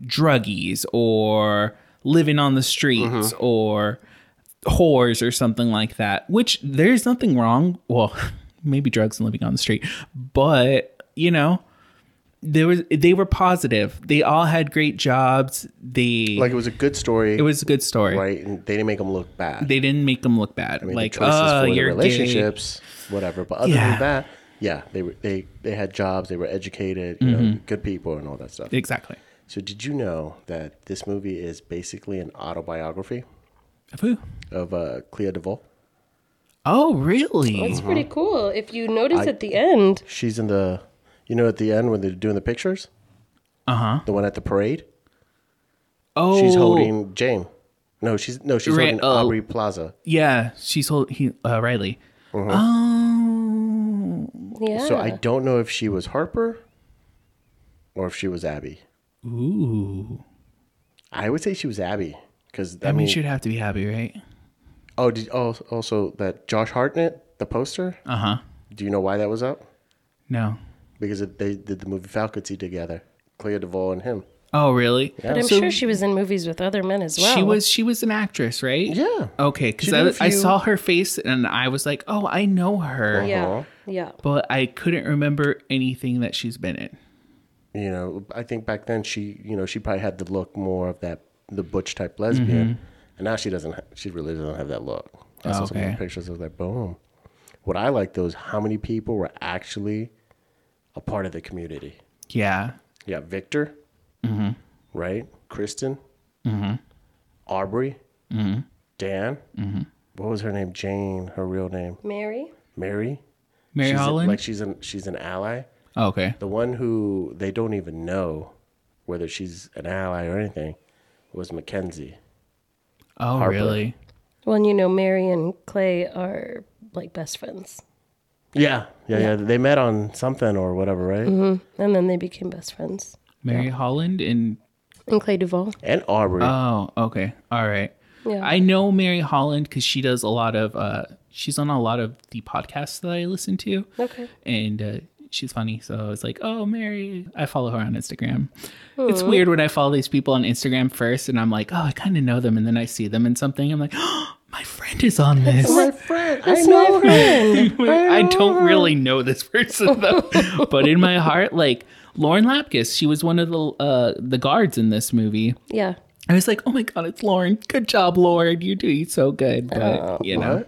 [SPEAKER 2] druggies or living on the streets
[SPEAKER 1] Mm-hmm.
[SPEAKER 2] or whores or something like that, which there's nothing wrong. Well, maybe drugs and living on the street, but you know, there was they were positive. They all had great jobs. They
[SPEAKER 1] like, it was a good story.
[SPEAKER 2] it was a good story
[SPEAKER 1] Right? And they didn't make them look bad.
[SPEAKER 2] they didn't make them look bad.
[SPEAKER 1] I mean,
[SPEAKER 2] like,
[SPEAKER 1] the choices
[SPEAKER 2] oh,
[SPEAKER 1] for the
[SPEAKER 2] you're relationship.
[SPEAKER 1] relationships, whatever. But other
[SPEAKER 2] Yeah.
[SPEAKER 1] than that, yeah, they were they they had jobs, they were educated, you know,
[SPEAKER 2] Mm-hmm.
[SPEAKER 1] good people, and all that stuff.
[SPEAKER 2] Exactly.
[SPEAKER 1] so, did you know that this movie is basically an autobiography
[SPEAKER 2] Of who?
[SPEAKER 1] of uh, Clea DeVoe?
[SPEAKER 2] Oh, really?
[SPEAKER 3] That's
[SPEAKER 1] Uh-huh.
[SPEAKER 3] pretty cool. If you notice at the end,
[SPEAKER 1] She's in the, you know, at the end when they're doing the pictures,
[SPEAKER 2] Uh huh.
[SPEAKER 1] the one at the parade.
[SPEAKER 2] Oh,
[SPEAKER 1] She's holding Jane. No, she's no, she's
[SPEAKER 2] Ra-
[SPEAKER 1] holding
[SPEAKER 2] oh.
[SPEAKER 1] Aubrey Plaza.
[SPEAKER 2] Yeah, she's holding he, uh, Riley. Oh,
[SPEAKER 3] yeah.
[SPEAKER 1] So I don't know if she was Harper or if she was Abby.
[SPEAKER 2] ooh.
[SPEAKER 1] I would say she was Abby because I
[SPEAKER 2] I mean,
[SPEAKER 1] mean,
[SPEAKER 2] she'd have to be happy, right?
[SPEAKER 1] Oh, did, oh, also that Josh Hartnett, the poster.
[SPEAKER 2] Uh huh.
[SPEAKER 1] Do you know why that was up?
[SPEAKER 2] No.
[SPEAKER 1] Because it, they did the movie Falcon together, Clea Duvall and him.
[SPEAKER 2] Oh, really?
[SPEAKER 3] but I'm sure she was in movies with other men as well.
[SPEAKER 2] She was she was an actress, right?
[SPEAKER 1] Yeah.
[SPEAKER 2] Okay,
[SPEAKER 1] She did a
[SPEAKER 2] because I, I
[SPEAKER 1] few-
[SPEAKER 2] saw her face and I was like, oh, I know her,
[SPEAKER 3] Yeah.
[SPEAKER 1] Uh-huh.
[SPEAKER 3] Yeah.
[SPEAKER 2] but I couldn't remember anything that she's been in.
[SPEAKER 1] You know, I think back then she, you know, she probably had the look more of that the butch type lesbian,
[SPEAKER 2] Mm-hmm.
[SPEAKER 1] and now she doesn't. Ha- she really doesn't have that look. I saw some of the
[SPEAKER 2] Okay.
[SPEAKER 1] pictures of that. Boom. What I liked though is how many people were actually a part of the community.
[SPEAKER 2] Yeah.
[SPEAKER 1] You got Victor,
[SPEAKER 2] Mm-hmm.
[SPEAKER 1] right? Kristen, Aubrey,
[SPEAKER 2] Mm-hmm.
[SPEAKER 1] Dan. What was her name? Jane. Her real name,
[SPEAKER 3] Mary?
[SPEAKER 1] Mary.
[SPEAKER 2] Mary
[SPEAKER 1] she's a-
[SPEAKER 2] Holland.
[SPEAKER 1] like she's an she's an ally.
[SPEAKER 2] oh, okay.
[SPEAKER 1] The one who they don't even know whether she's an ally or anything was Mackenzie.
[SPEAKER 2] Oh,
[SPEAKER 1] Harper.
[SPEAKER 2] really?
[SPEAKER 3] Well, and you know, Mary and Clay are like best friends.
[SPEAKER 1] Yeah, yeah, yeah. They met on something or whatever, right?
[SPEAKER 3] Mm-hmm. And then they became best friends.
[SPEAKER 2] Mary Holland and
[SPEAKER 3] And Clay Duvall.
[SPEAKER 1] And Aubrey.
[SPEAKER 2] oh, okay, all right.
[SPEAKER 3] Yeah.
[SPEAKER 2] I know Mary Holland because she does a lot of. Uh, she's on a lot of the podcasts that I listen to,
[SPEAKER 3] Okay.
[SPEAKER 2] and uh, she's funny. So I was like, "Oh, Mary!" I follow her on Instagram. It's weird when I follow these people on Instagram first, and I'm like, "Oh, I kind of know them," and then I see them in something. I'm like, oh, "My friend is on this."
[SPEAKER 1] my friend. I
[SPEAKER 3] That's my
[SPEAKER 1] know her.
[SPEAKER 3] friend.
[SPEAKER 2] I don't really know this person though, but in my heart, like Lauren Lapkus, she was one of the uh, the guards in this movie.
[SPEAKER 3] yeah.
[SPEAKER 2] I was like, oh my god, it's Lauren! Good job, Lauren. You're doing so good. But
[SPEAKER 1] Oh,
[SPEAKER 2] you know,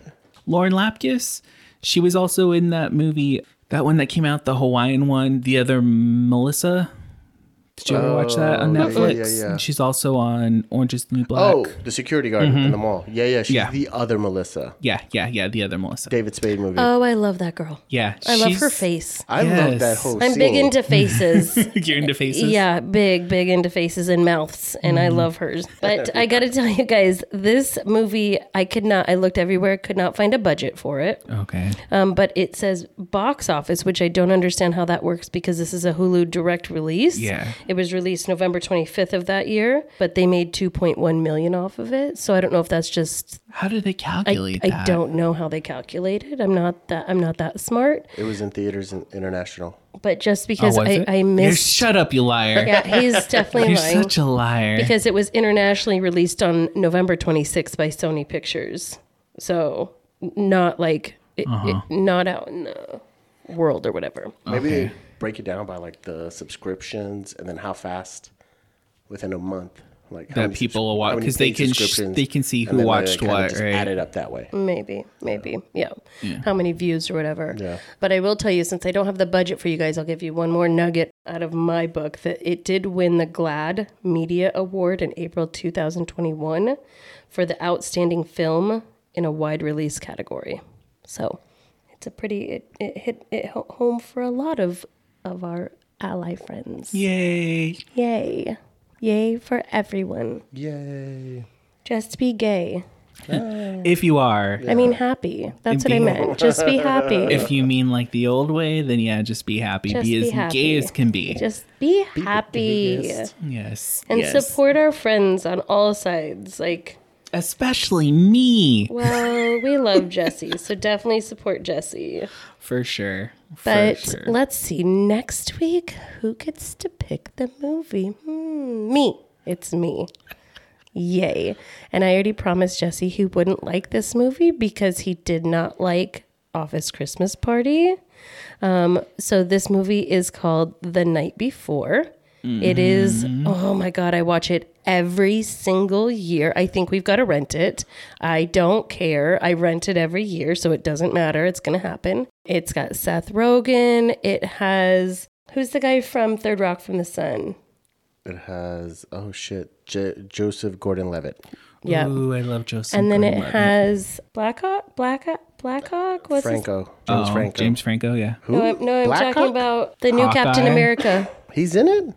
[SPEAKER 2] Lauren Lapkus, she was also in that movie, that one that came out, the Hawaiian one, the other Melissa. Did you ever watch that on
[SPEAKER 1] Oh, yeah, yeah,
[SPEAKER 2] Netflix?
[SPEAKER 1] yeah.
[SPEAKER 2] And She's also on Orange Is the New Black.
[SPEAKER 1] Oh, the security guard in the mall. Yeah, yeah. She's
[SPEAKER 2] Mm-hmm. Yeah.
[SPEAKER 1] the other Melissa.
[SPEAKER 2] yeah, yeah, yeah. The other Melissa.
[SPEAKER 1] David Spade movie.
[SPEAKER 3] Oh, I love that girl.
[SPEAKER 2] yeah,
[SPEAKER 3] I love
[SPEAKER 2] she's-
[SPEAKER 3] her face.
[SPEAKER 1] I love that
[SPEAKER 2] yes.
[SPEAKER 1] whole
[SPEAKER 3] I'm big
[SPEAKER 1] scene.
[SPEAKER 3] into faces.
[SPEAKER 2] You're into faces.
[SPEAKER 3] Yeah, big, big into faces and mouths, and I love hers. But I gotta tell you guys, this movie, I could not, I looked everywhere, could not find a budget for it.
[SPEAKER 2] Okay.
[SPEAKER 3] Um, but it says box office, which I don't understand how that works because this is a Hulu direct release.
[SPEAKER 2] Yeah.
[SPEAKER 3] It was released November 25th of that year, but they made 2.1 million off of it. So I don't know if that's just
[SPEAKER 2] How do they
[SPEAKER 3] I,
[SPEAKER 2] calculate
[SPEAKER 3] I
[SPEAKER 2] that? Oh,
[SPEAKER 3] don't know how they calculated. I'm not that I'm not that smart,
[SPEAKER 1] It was in theaters in, international.
[SPEAKER 3] but just
[SPEAKER 2] Oh,
[SPEAKER 3] because
[SPEAKER 2] was
[SPEAKER 3] I,
[SPEAKER 2] it?
[SPEAKER 3] I
[SPEAKER 2] You're,
[SPEAKER 3] missed
[SPEAKER 2] shut up, you liar.
[SPEAKER 3] Yeah, he's definitely
[SPEAKER 2] You're
[SPEAKER 3] lying.
[SPEAKER 2] such a liar.
[SPEAKER 3] because it was internationally released on November 26th by Sony Pictures. So n- not like it,
[SPEAKER 2] Uh-huh.
[SPEAKER 3] it- not out in the world or whatever.
[SPEAKER 1] Maybe they break it down by like the subscriptions and then how fast within a month, like how
[SPEAKER 2] That
[SPEAKER 1] many
[SPEAKER 2] people will
[SPEAKER 1] subscri-
[SPEAKER 2] watch-
[SPEAKER 1] how many
[SPEAKER 2] 'cause they
[SPEAKER 1] paid
[SPEAKER 2] can sh-
[SPEAKER 1] subscriptions,
[SPEAKER 2] they can see
[SPEAKER 1] and
[SPEAKER 2] who
[SPEAKER 1] then, like,
[SPEAKER 2] watched
[SPEAKER 1] kinda
[SPEAKER 2] what,
[SPEAKER 1] just
[SPEAKER 2] right?
[SPEAKER 1] Add it up that way.
[SPEAKER 3] Maybe, maybe, yeah. How many views or whatever.
[SPEAKER 1] Yeah.
[SPEAKER 3] But I will tell you, since I don't have the budget for you guys, I'll give you one more nugget out of my book that it did win the GLAAD Media Award in April 2021 for the outstanding film in a wide release category. So it's a pretty, it, it hit it ho- home for a lot of, of our ally friends.
[SPEAKER 2] Yay.
[SPEAKER 3] Yay. Yay for everyone.
[SPEAKER 1] Yay!
[SPEAKER 3] Just be gay.
[SPEAKER 2] If you are,
[SPEAKER 3] I mean, happy. That's what I
[SPEAKER 2] be-
[SPEAKER 3] meant. Just be happy.
[SPEAKER 2] if you mean like the old way, then yeah, just be happy.
[SPEAKER 3] Just
[SPEAKER 2] be,
[SPEAKER 3] be
[SPEAKER 2] as gay
[SPEAKER 3] happy.
[SPEAKER 2] as can be.
[SPEAKER 3] Just be happy
[SPEAKER 1] biggest.
[SPEAKER 2] yes.
[SPEAKER 3] and
[SPEAKER 2] yes.
[SPEAKER 3] support our friends on all sides. Like,
[SPEAKER 2] Especially me,
[SPEAKER 3] well, we love Jesse, so definitely support Jesse.
[SPEAKER 2] for sure. For
[SPEAKER 3] But
[SPEAKER 2] sure.
[SPEAKER 3] let's see, next week, who gets to pick the movie? Hmm, me. It's me. Yay. And I already promised Jesse he wouldn't like this movie because he did not like Office Christmas Party. Um, so this movie is called The Night Before. It is,
[SPEAKER 2] Mm-hmm.
[SPEAKER 3] oh my God, I watch it every single year. I think we've got to rent it. I don't care. I rent it every year, so it doesn't matter. It's going to happen. It's got Seth Rogen. It has, who's the guy from Third Rock from the Sun?
[SPEAKER 1] It has oh shit, J- Joseph Gordon-Levitt.
[SPEAKER 3] Yeah.
[SPEAKER 2] Ooh, I love Joseph.
[SPEAKER 3] and then it
[SPEAKER 2] Gordon-Levitt.
[SPEAKER 3] has Black Hawk, Black Hawk, Black Hawk. What's his?
[SPEAKER 1] Franco, James
[SPEAKER 2] Oh,
[SPEAKER 1] Franco.
[SPEAKER 2] James Franco, yeah.
[SPEAKER 1] Who?
[SPEAKER 3] No, I'm, no, I'm
[SPEAKER 1] Black
[SPEAKER 3] talking
[SPEAKER 1] Hawk?
[SPEAKER 3] about the new Captain
[SPEAKER 2] Hawkeye?
[SPEAKER 3] America.
[SPEAKER 1] He's in it.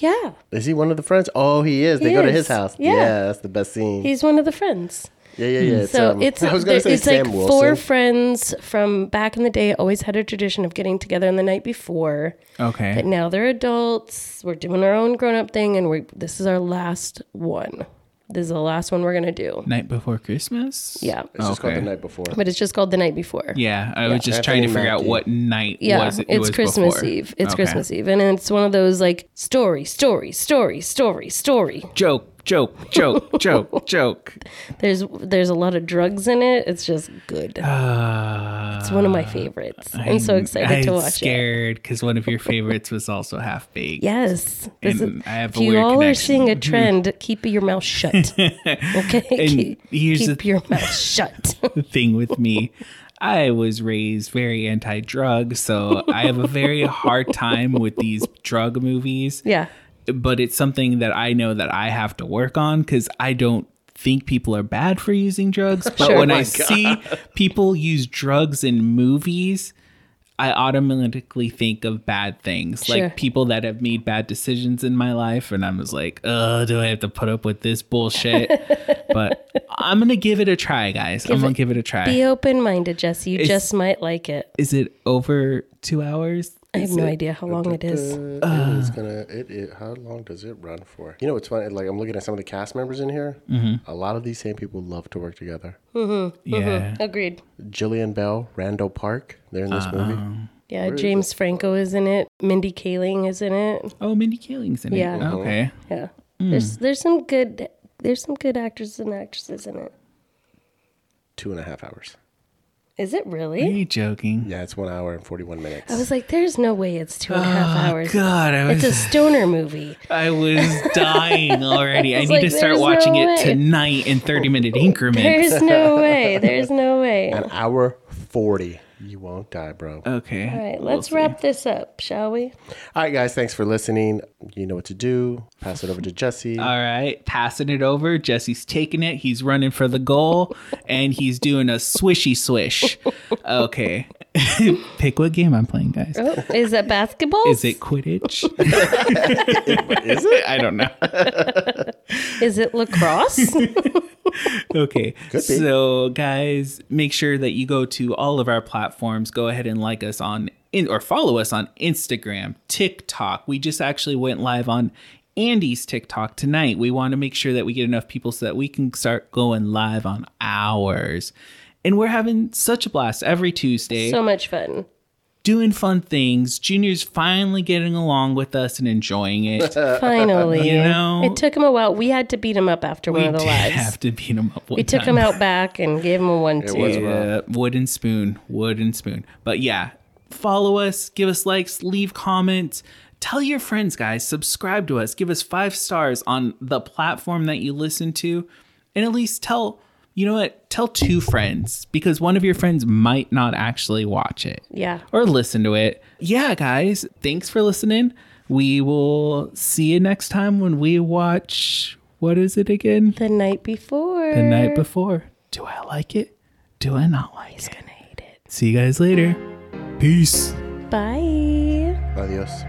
[SPEAKER 3] Yeah,
[SPEAKER 1] Is he one of the friends? Oh, he is. They
[SPEAKER 3] He
[SPEAKER 1] go to
[SPEAKER 3] is.
[SPEAKER 1] his house.
[SPEAKER 3] Yeah.
[SPEAKER 1] Yeah. that's the best scene.
[SPEAKER 3] he's one of the friends.
[SPEAKER 1] yeah, yeah, yeah. It's,
[SPEAKER 3] So
[SPEAKER 1] um,
[SPEAKER 3] it's
[SPEAKER 1] I was gonna
[SPEAKER 3] there-
[SPEAKER 1] say
[SPEAKER 3] it's
[SPEAKER 1] Sam
[SPEAKER 3] like
[SPEAKER 1] Wilson.
[SPEAKER 3] four friends from back in the day always had a tradition of getting together on the night before.
[SPEAKER 2] Okay.
[SPEAKER 3] But now they're adults. We're doing our own grown up thing, and we this is our last one. This is the last one we're gonna do.
[SPEAKER 2] Night before Christmas.
[SPEAKER 3] Yeah,
[SPEAKER 1] It's just called
[SPEAKER 2] Okay.
[SPEAKER 1] the night before.
[SPEAKER 3] but it's just called the night before.
[SPEAKER 2] Oh. Yeah, I was just
[SPEAKER 1] Anthony
[SPEAKER 2] trying to figure out
[SPEAKER 1] Mackie.
[SPEAKER 2] what night
[SPEAKER 3] Yeah,
[SPEAKER 2] was it. it
[SPEAKER 3] it's
[SPEAKER 2] was
[SPEAKER 3] Christmas
[SPEAKER 2] before.
[SPEAKER 3] Eve. It's
[SPEAKER 2] Okay.
[SPEAKER 3] Christmas Eve, and it's one of those like story, story, story, story, story.
[SPEAKER 2] Joke, joke, joke, joke, joke.
[SPEAKER 3] There's there's a lot of drugs in it. It's just good.
[SPEAKER 2] Uh,
[SPEAKER 3] It's one of my favorites. I'm, so excited
[SPEAKER 2] I'm
[SPEAKER 3] to watch it.
[SPEAKER 2] scared because one of your favorites was also half baked.
[SPEAKER 3] Yes, this
[SPEAKER 2] And I have
[SPEAKER 3] if
[SPEAKER 2] a
[SPEAKER 3] you
[SPEAKER 2] weird
[SPEAKER 3] all are
[SPEAKER 2] connection.
[SPEAKER 3] seeing a trend, keep your mouth shut. Okay, keep,
[SPEAKER 2] here's the-
[SPEAKER 3] keep your mouth shut.
[SPEAKER 2] The thing with me, I was raised very anti-drug, so I have a very hard time with these drug movies.
[SPEAKER 3] yeah,
[SPEAKER 2] but it's something that I know that I have to work on because I don't think people are bad for using drugs. But
[SPEAKER 3] Sure.
[SPEAKER 2] when
[SPEAKER 3] Oh
[SPEAKER 2] I
[SPEAKER 3] my
[SPEAKER 2] see people use drugs in movies, I automatically think of bad things,
[SPEAKER 3] Sure.
[SPEAKER 2] like people that have made bad decisions in my life, and I was like, "Oh, do I have to put up with this bullshit?" but I'm gonna give it a try, guys. I'm gonna give it a try.
[SPEAKER 3] be open minded, Jesse. You just might like it.
[SPEAKER 2] Is it over two hours?
[SPEAKER 3] I have no idea how long it is.
[SPEAKER 1] Uh, it is gonna. It, it. How long does it run for? You know, it's funny. Like I'm looking at some of the cast members in here.
[SPEAKER 2] Mm-hmm.
[SPEAKER 1] A lot of these same people love to work together.
[SPEAKER 3] Uh-huh.
[SPEAKER 2] Yeah.
[SPEAKER 3] Agreed.
[SPEAKER 1] Jillian Bell, Randall Park. They're in this
[SPEAKER 2] Uh-huh.
[SPEAKER 1] movie.
[SPEAKER 3] Yeah, James Franco is in it. Mindy Kaling is in it.
[SPEAKER 2] Oh, Mindy Kaling's in it.
[SPEAKER 3] Yeah. Uh-huh.
[SPEAKER 2] Okay.
[SPEAKER 3] Yeah.
[SPEAKER 2] Hmm.
[SPEAKER 3] There's there's some good there's some good actors and actresses in it.
[SPEAKER 1] Two and a half hours.
[SPEAKER 3] Is it really?
[SPEAKER 2] Are you joking?
[SPEAKER 1] Yeah, it's one hour and forty-one minutes.
[SPEAKER 3] I was like, there's no way it's two and a half hours.
[SPEAKER 2] Ah, God, I was
[SPEAKER 3] It's a stoner movie.
[SPEAKER 2] I was dying already. I
[SPEAKER 3] was
[SPEAKER 2] need to
[SPEAKER 3] like,
[SPEAKER 2] start
[SPEAKER 3] "There's
[SPEAKER 2] watching
[SPEAKER 3] no
[SPEAKER 2] it
[SPEAKER 3] way."
[SPEAKER 2] tonight in 30 minute increments.
[SPEAKER 3] There's no way. There's no way.
[SPEAKER 1] An hour forty. You won't die, bro.
[SPEAKER 2] Okay.
[SPEAKER 3] All right, let's wrap this up, shall we?
[SPEAKER 1] All right, guys. Thanks for listening. You know what to do. Pass it over to Jesse.
[SPEAKER 2] All right. Passing it over. Jesse's taking it. He's running for the goal and he's doing a swishy swish. Okay. Pick what game I'm playing, guys.
[SPEAKER 3] Oh, is that basketball?
[SPEAKER 2] Is it Quidditch? Is it? I don't know.
[SPEAKER 3] Is it lacrosse?
[SPEAKER 2] okay.
[SPEAKER 1] be.
[SPEAKER 2] So, guys, make sure that you go to all of our platforms. Go ahead and like us on in, or follow us on Instagram, TikTok. We just actually went live on Andy's TikTok tonight. We want to make sure that we get enough people so that we can start going live on ours. And we're having such a blast every Tuesday
[SPEAKER 3] So much fun.
[SPEAKER 2] doing fun things. Junior's finally getting along with us and enjoying it.
[SPEAKER 3] Finally.
[SPEAKER 2] uh, You know-
[SPEAKER 3] it took him a while. We had to beat him up after
[SPEAKER 2] we
[SPEAKER 3] one of the
[SPEAKER 2] did
[SPEAKER 3] lives.
[SPEAKER 2] have to beat him up. One
[SPEAKER 3] We took him out back and gave him a one two.
[SPEAKER 1] was rough.
[SPEAKER 2] Yeah, wooden spoon, wooden spoon. But yeah, follow us, give us likes, leave comments, tell your friends, guys, subscribe to us, give us five stars on the platform that you listen to, and at least tell you know what, tell two friends because one of your friends might not actually watch it
[SPEAKER 3] yeah.
[SPEAKER 2] or listen to it. Yeah, guys, thanks for listening. We will see you next time when we watch what is it again?
[SPEAKER 3] The night before.
[SPEAKER 2] The night before. Do I like it? Do I not like it?
[SPEAKER 3] He's gonna hate it.
[SPEAKER 2] See you guys later. Peace.
[SPEAKER 3] Bye.
[SPEAKER 1] Adios.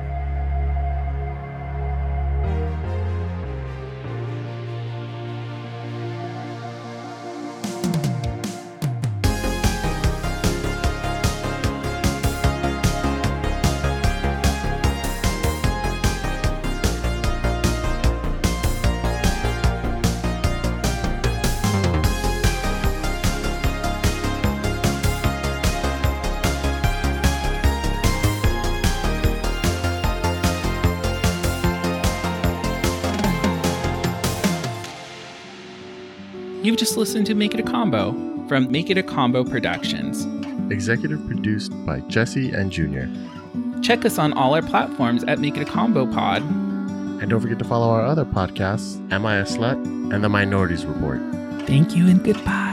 [SPEAKER 2] You've just listened to Make It a Combo from Make It a Combo Productions.
[SPEAKER 1] Executive produced by Jesse and Junior.
[SPEAKER 2] Check us on all our platforms at Make It a Combo Pod.
[SPEAKER 1] And don't forget to follow our other podcasts, Am I a Slut? and The Minorities Report.
[SPEAKER 2] Thank you and goodbye.